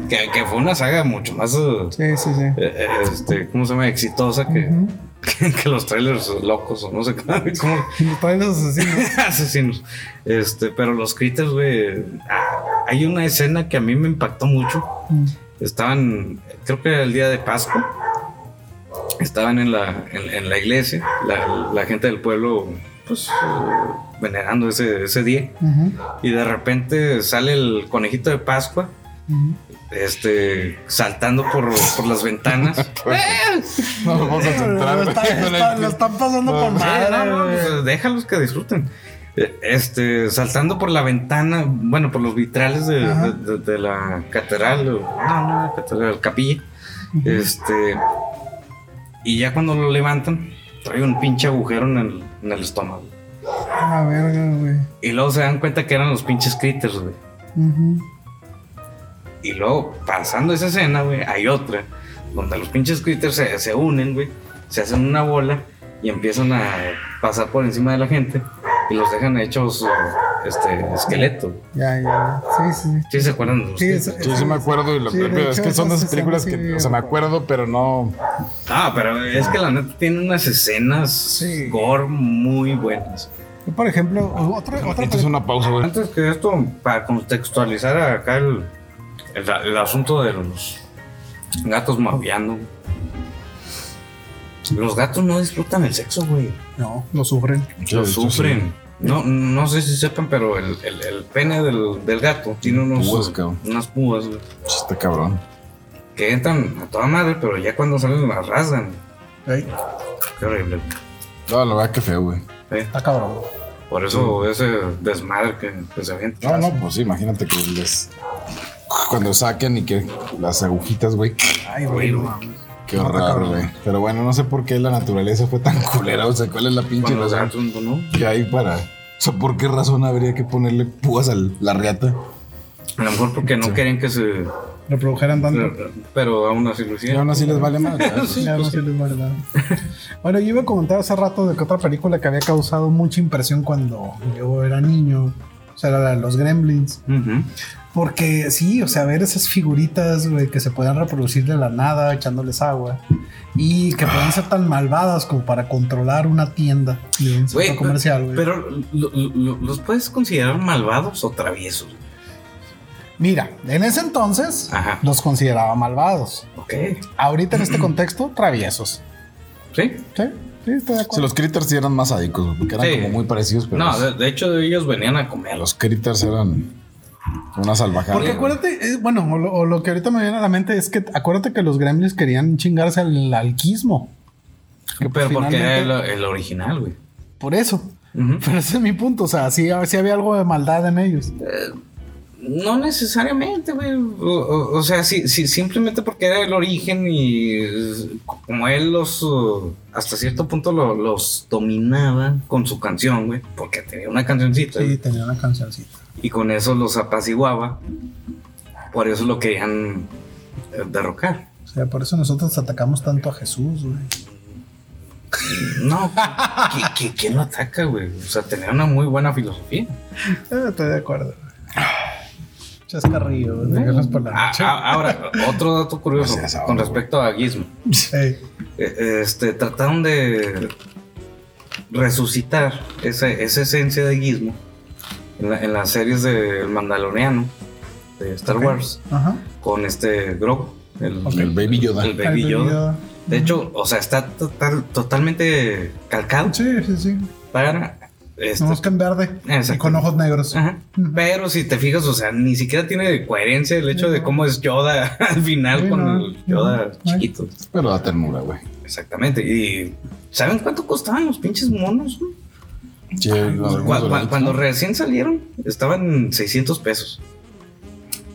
S2: Que, que fue una saga mucho más. eh,
S3: Sí, sí, sí.
S2: eh, este, ¿cómo se llama? Exitosa que,
S3: Ujú.
S2: que, que los trailers locos o no sé cómo, cómo-
S3: Los trailers asesinos.
S2: asesinos. Este, pero los critters, güey. ah, hay una escena que a mí me impactó mucho.
S3: Mm.
S2: Estaban, creo que era el día de Pascua. Estaban en la, en, en la iglesia, la, la gente del pueblo, pues, eh, venerando ese, ese día.
S3: Ujú,
S2: Y de repente sale el conejito de Pascua
S3: ujú.
S2: este, saltando por, por las ventanas.
S1: No me puedo concentrar,
S3: Lo,
S1: güey.
S3: está-
S1: con el-
S3: está- lo están pasando
S1: No,
S3: con
S1: sí,
S2: Sí,
S3: madre.
S2: no, no,
S3: güey.
S2: pues, déjalos que disfruten. Eh, Este, saltando por la ventana, bueno, por los vitrales de,
S3: Ajá.
S2: de- de- de la catedral, o- no, no, la catedral, capilla. Este, y ya cuando lo levantan, trae un pinche agujero en el, en el estómago.
S3: A la verga, güey.
S2: Y luego se dan cuenta que eran los pinches critters, güey.
S3: Ujú.
S2: Y luego, pasando esa escena, güey, hay otra donde los pinches critters se, se unen, güey, se hacen una bola y empiezan a pasar por encima de la gente y los dejan hechos eh, este, esqueleto.
S3: Ya, ya. ya. Sí, sí.
S2: ¿Sí se acuerdan de los
S3: Sí,
S2: critters?
S3: es-
S1: Sí, sí me acuerdo. y lo-
S3: Sí, de
S1: pero es
S3: hecho,
S1: que son de esas
S3: esas
S1: películas
S3: escenas
S1: que,
S3: sí,
S1: o sea, me
S3: güey.
S1: acuerdo, pero no.
S2: Ah, pero es que la neta tiene unas escenas
S3: Sí.
S2: gore muy buenas.
S3: Yo, por ejemplo, otra, otra
S1: Esto es una pausa, güey.
S2: Antes que esto, para contextualizar acá el, el- el asunto de los gatos mafiando, los gatos no disfrutan el sexo, güey.
S3: película- No, lo sufren.
S1: Sí, de
S2: Lo
S1: hecho, sí.
S2: sufren. No, no sé si sepan, pero el, el- el pene del, del gato tiene unos,
S1: Púas, cabrón.
S2: unas púas güey,
S1: Sí, Está cabrón.
S2: que entran a toda madre, pero ya cuando salen las rasgan.
S3: Ey,
S2: Qué horrible.
S1: No, la verdad que feo, güey.
S2: güey.
S3: está cabrón.
S2: Por eso ese desmadre que, que se avienta.
S1: No, no, pues sí, imagínate que les. Cuando saquen y que las agujitas, güey.
S3: Ay, güey, no mames.
S1: Qué
S3: No, está
S1: horror,
S3: cabrón.
S1: güey. Pero bueno, no sé por qué la naturaleza fue tan culera. O sea, ¿cuál es la pinche
S2: Cuando
S1: razón
S2: asunto, ¿no?
S1: que hay para. O sea, ¿por qué razón habría que ponerle púas a la riata?
S2: A lo mejor porque no querían que se.
S3: Reprodujeran tanto.
S2: Pero aún así lo
S1: Y
S2: hicieron.
S1: aún así les vale madre. ¿verdad?
S3: Ya no sé les vale nada. Bueno, yo iba a comentar hace rato de que otra película que había causado mucha impresión cuando yo era niño, o sea, era la de los Gremlins.
S2: Ujú.
S3: Porque sí, o sea, ver esas figuritas, güey, que se puedan reproducir de la nada echándoles agua y que puedan ser tan malvadas como para controlar una tienda de un centro
S2: Güey,
S3: comercial, güey.
S2: Pero lo- lo- ¿los puedes considerar malvados o traviesos?
S3: Mira, en ese entonces
S2: Ajá.
S3: los consideraba malvados.
S2: Ok.
S3: Ahorita en este contexto, traviesos.
S2: ¿Sí?
S3: Sí, sí, estoy de
S1: Sí,
S3: acuerdo.
S1: los critters sí eran más sádicos, güey, porque eran
S2: Sí.
S1: como muy parecidos, pero
S2: No,
S1: los,
S2: de, de hecho ellos venían a comerlos.
S1: los critters eran una salvajada.
S3: Porque
S1: güey.
S3: acuérdate, eh, bueno, o lo, o lo que ahorita me viene a la mente es que acuérdate que los gremlins querían chingarse al alquismo. Que, pues,
S2: Pero porque era el,
S3: finalmente-
S2: el original, güey.
S3: Por eso.
S2: Ujú.
S3: Pero ese es mi punto. O sea, sí, sí había algo de maldad en ellos.
S2: No necesariamente, güey. O, o- o sea, sí, sí, simplemente porque era el origen y eh, como él los uh, hasta cierto punto lo- los dominaba con su canción, güey. Porque tenía una cancioncita
S3: Sí, tenía una cancioncita.
S2: y con eso los apaciguaba. Por eso lo querían eh, derrocar.
S3: O sea, por eso nosotros atacamos tanto a Jesús, güey.
S2: No, ¿qui- qui- ¿quién lo ataca, güey? O sea, tenía una muy buena filosofía.
S3: Eh, estoy de acuerdo. Chascarrillo, de guerras por la
S2: A-
S3: noche.
S2: a- Ah, ahora, otro dato curioso
S1: Gracias, ahora,
S2: con respecto a Gizmo.
S3: Ey,
S2: Eh, este, trataron de resucitar esa, esa esencia de Gizmo en, la- en las series del Mandaloriano de Star
S3: Ok.
S2: Wars
S3: Ajá.
S2: con este Grogu, el,
S3: Ok.
S1: El Baby Yoda.
S2: el Baby
S3: Ay,
S2: Yoda.
S3: Yoda.
S2: De hecho, o sea, está total- totalmente calcado
S3: Sí, sí, sí.
S2: para este,
S3: Tenemos que en verde.
S2: Exacto.
S3: Y con ojos negros.
S2: Ajá. Pero si te fijas, o sea, ni siquiera tiene coherencia el hecho de cómo es Yoda al final
S3: Sí,
S2: con
S3: no.
S2: el Yoda
S3: Ujú.
S2: chiquito.
S1: Pero da ternura, güey.
S2: Exactamente. Y ¿saben cuánto costaban los pinches monos? güey?
S1: Sí, no,
S2: Cu- cu-
S1: no, no,
S2: Ah, pues, cuando recién salieron, estaban en 600 pesos.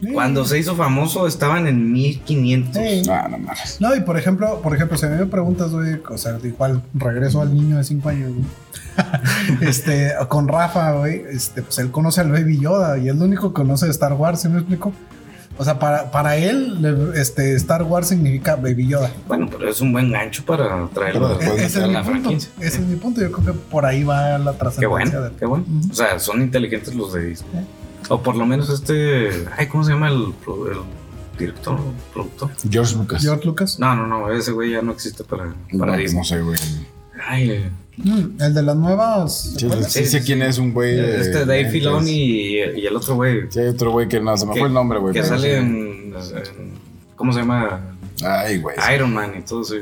S3: Ey.
S2: Cuando se hizo famoso, estaban en 1500.
S3: Ey.
S1: Ah, no mames.
S3: No, y por ejemplo, por ejemplo, si a mí me preguntas, güey, o sea, igual regreso al niño de 5 años, güey. este, con Rafa, güey, este, pues él conoce al Baby Yoda y es lo único que conoce de Star Wars, ¿sí me explico? O sea, para, para él, le- este, Star Wars significa Baby Yoda.
S2: Bueno, pero es un buen gancho para
S1: Pero
S2: traerlo
S3: E-
S1: después
S2: después
S1: de
S3: ese
S2: de
S3: es mi
S2: la
S3: punto.
S2: franquicia.
S3: Ese es mi punto. Yo creo que por ahí va la
S2: Qué
S3: trascendencia
S2: bueno,
S3: del-
S2: qué bueno.
S3: Ujú.
S2: O sea, son inteligentes los de Disney.
S3: Sí.
S2: O por lo menos este. Ay, ¿cómo se llama el, pro- el director? ¿Productor?
S1: George Lucas.
S3: George Lucas.
S2: Pues, No, no, no, ese güey ya no existe para, para
S1: no,
S2: Disney.
S1: no sé, güey.
S2: Ay, eh,
S3: Mm, el de las nuevas.
S1: Sí,
S3: ¿recuerdas?
S1: sí sé quién es un güey. de-
S2: este Dave
S1: de-
S2: Filoni y, y el otro güey
S1: Sí, hay otro güey que no, se me
S2: Que-
S1: fue el nombre, güey.
S2: que
S1: pero sí.
S2: sale en, en- ¿Cómo se llama?
S1: Ay, güey.
S2: Iron Man y todo eso.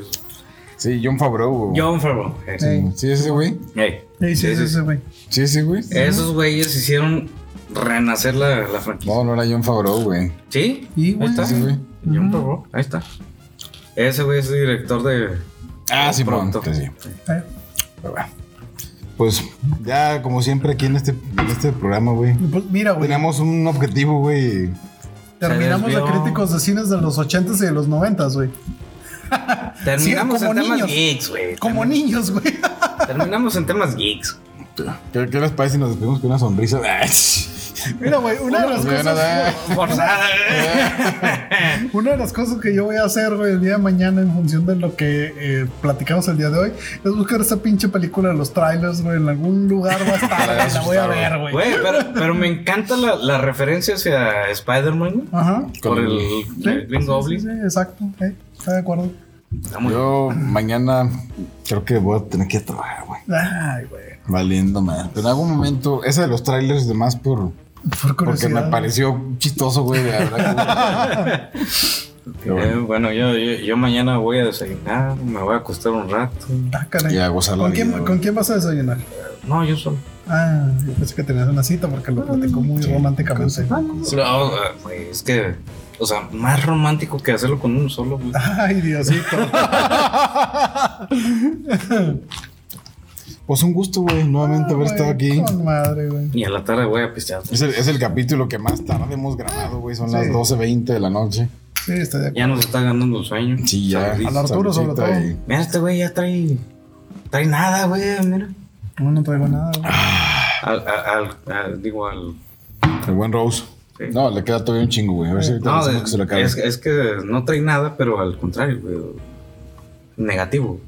S1: Sí, John Favreau. güey.
S2: John Favreau. eh.
S3: Sí.
S1: Sí, ese güey.
S2: Ey,
S3: Sí, sí,
S2: sí, sí,
S3: ese güey.
S1: Sí, ese güey.
S2: sí. Esos güeyes hicieron renacer la, la franquicia.
S1: No, no era John Favreau, güey.
S2: ¿Sí?
S3: Y, güey,
S2: Ahí está.
S1: Sí, güey.
S2: John
S3: Ujú.
S2: Favreau. Ahí está. Ese güey es director de.
S1: Ah,
S2: de
S1: sí,
S2: Pronto.
S1: pronto. Sí.
S3: Eh,
S1: Pero bueno. Pues ya, como siempre, aquí en este, en este programa, güey.
S3: pues mira, güey.
S1: Tenemos un objetivo, güey.
S3: Terminamos
S2: Se
S3: de
S2: desvió.
S3: críticos de cines de los 80s y de los 90s, güey.
S2: Terminamos
S3: como
S2: en temas
S3: niños.
S2: geeks, güey.
S3: Como
S2: Termin-
S3: niños, güey.
S2: Terminamos en temas geeks.
S1: ¿Qué, qué les parece si nos despedimos con una sonrisa?
S3: Mira, güey, una de las
S1: Bueno, da.
S3: cosas.
S2: Forzada.
S3: Una de las cosas que yo voy a hacer, güey, el día de mañana, en función de lo que eh, platicamos el día de hoy, es buscar esa pinche película de los trailers, güey. En algún lugar va a estar, güey, La voy a ver, güey.
S2: Güey, pero, pero me encanta la, la referencia hacia Spider-Man, güey.
S3: Ajá.
S2: Por
S1: Con
S2: el,
S1: el-
S2: el Green
S3: Sí,
S2: Goblin.
S3: Sí, sí, exacto. eh, Está de acuerdo.
S2: Está muy-
S1: Yo mañana creo que voy a tener que ir a trabajar, güey.
S3: Ay, güey.
S1: Valiendo madre. Pero en algún momento, esa de los trailers y demás, por,
S3: Por
S1: porque
S3: curiosidad.
S1: me pareció chistoso, güey. la verdad que- Pero
S2: Eh,
S1: bueno,
S2: bueno, yo, yo, yo mañana voy a desayunar, me voy a acostar un rato.
S3: Ah, caray.
S1: Y a gozar la
S3: ¿Con, quién,
S1: vida, güey.
S3: ¿Con quién vas a desayunar?
S2: No, yo solo.
S3: Ah, yo pensé que tenías una cita porque lo platicó muy
S1: Sí,
S3: románticamente.
S2: No, eh, güey, es que, o sea, más romántico que hacerlo con uno solo. güey.
S3: Ay, Diosito.
S1: Pues un gusto, güey, nuevamente haber
S3: Ah,
S1: estado
S3: güey,
S1: aquí.
S3: Con madre, güey.
S2: Y a la tarde voy a pistear.
S1: Es el, es el capítulo que más tarde hemos grabado, güey. Son las
S3: Sí.
S1: 12.20 de la noche.
S3: Sí, estoy de acuerdo.
S2: Ya nos está ganando el sueño.
S1: Sí, ya.
S2: Saludito.
S3: Al Arturo, sobre
S1: Saludcita
S3: todo.
S1: y-
S2: Mira, este güey ya trae. Trae nada, güey, mira.
S3: No, no traigo nada, güey.
S2: Al, al, al- al- digo, al.
S1: El buen Rose.
S2: Sí.
S1: No, le queda todavía un chingo, güey. A ver si ahorita
S2: No,
S1: hacemos
S2: de-
S1: que se lo acabe.
S2: es, es que no trae nada, pero al contrario, güey. Negativo.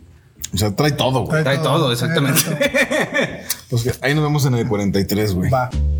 S1: O sea, trae todo, güey.
S2: Trae todo, exactamente.
S3: trae
S1: Pues que ahí nos vemos en el 43, güey.
S3: todo. Va.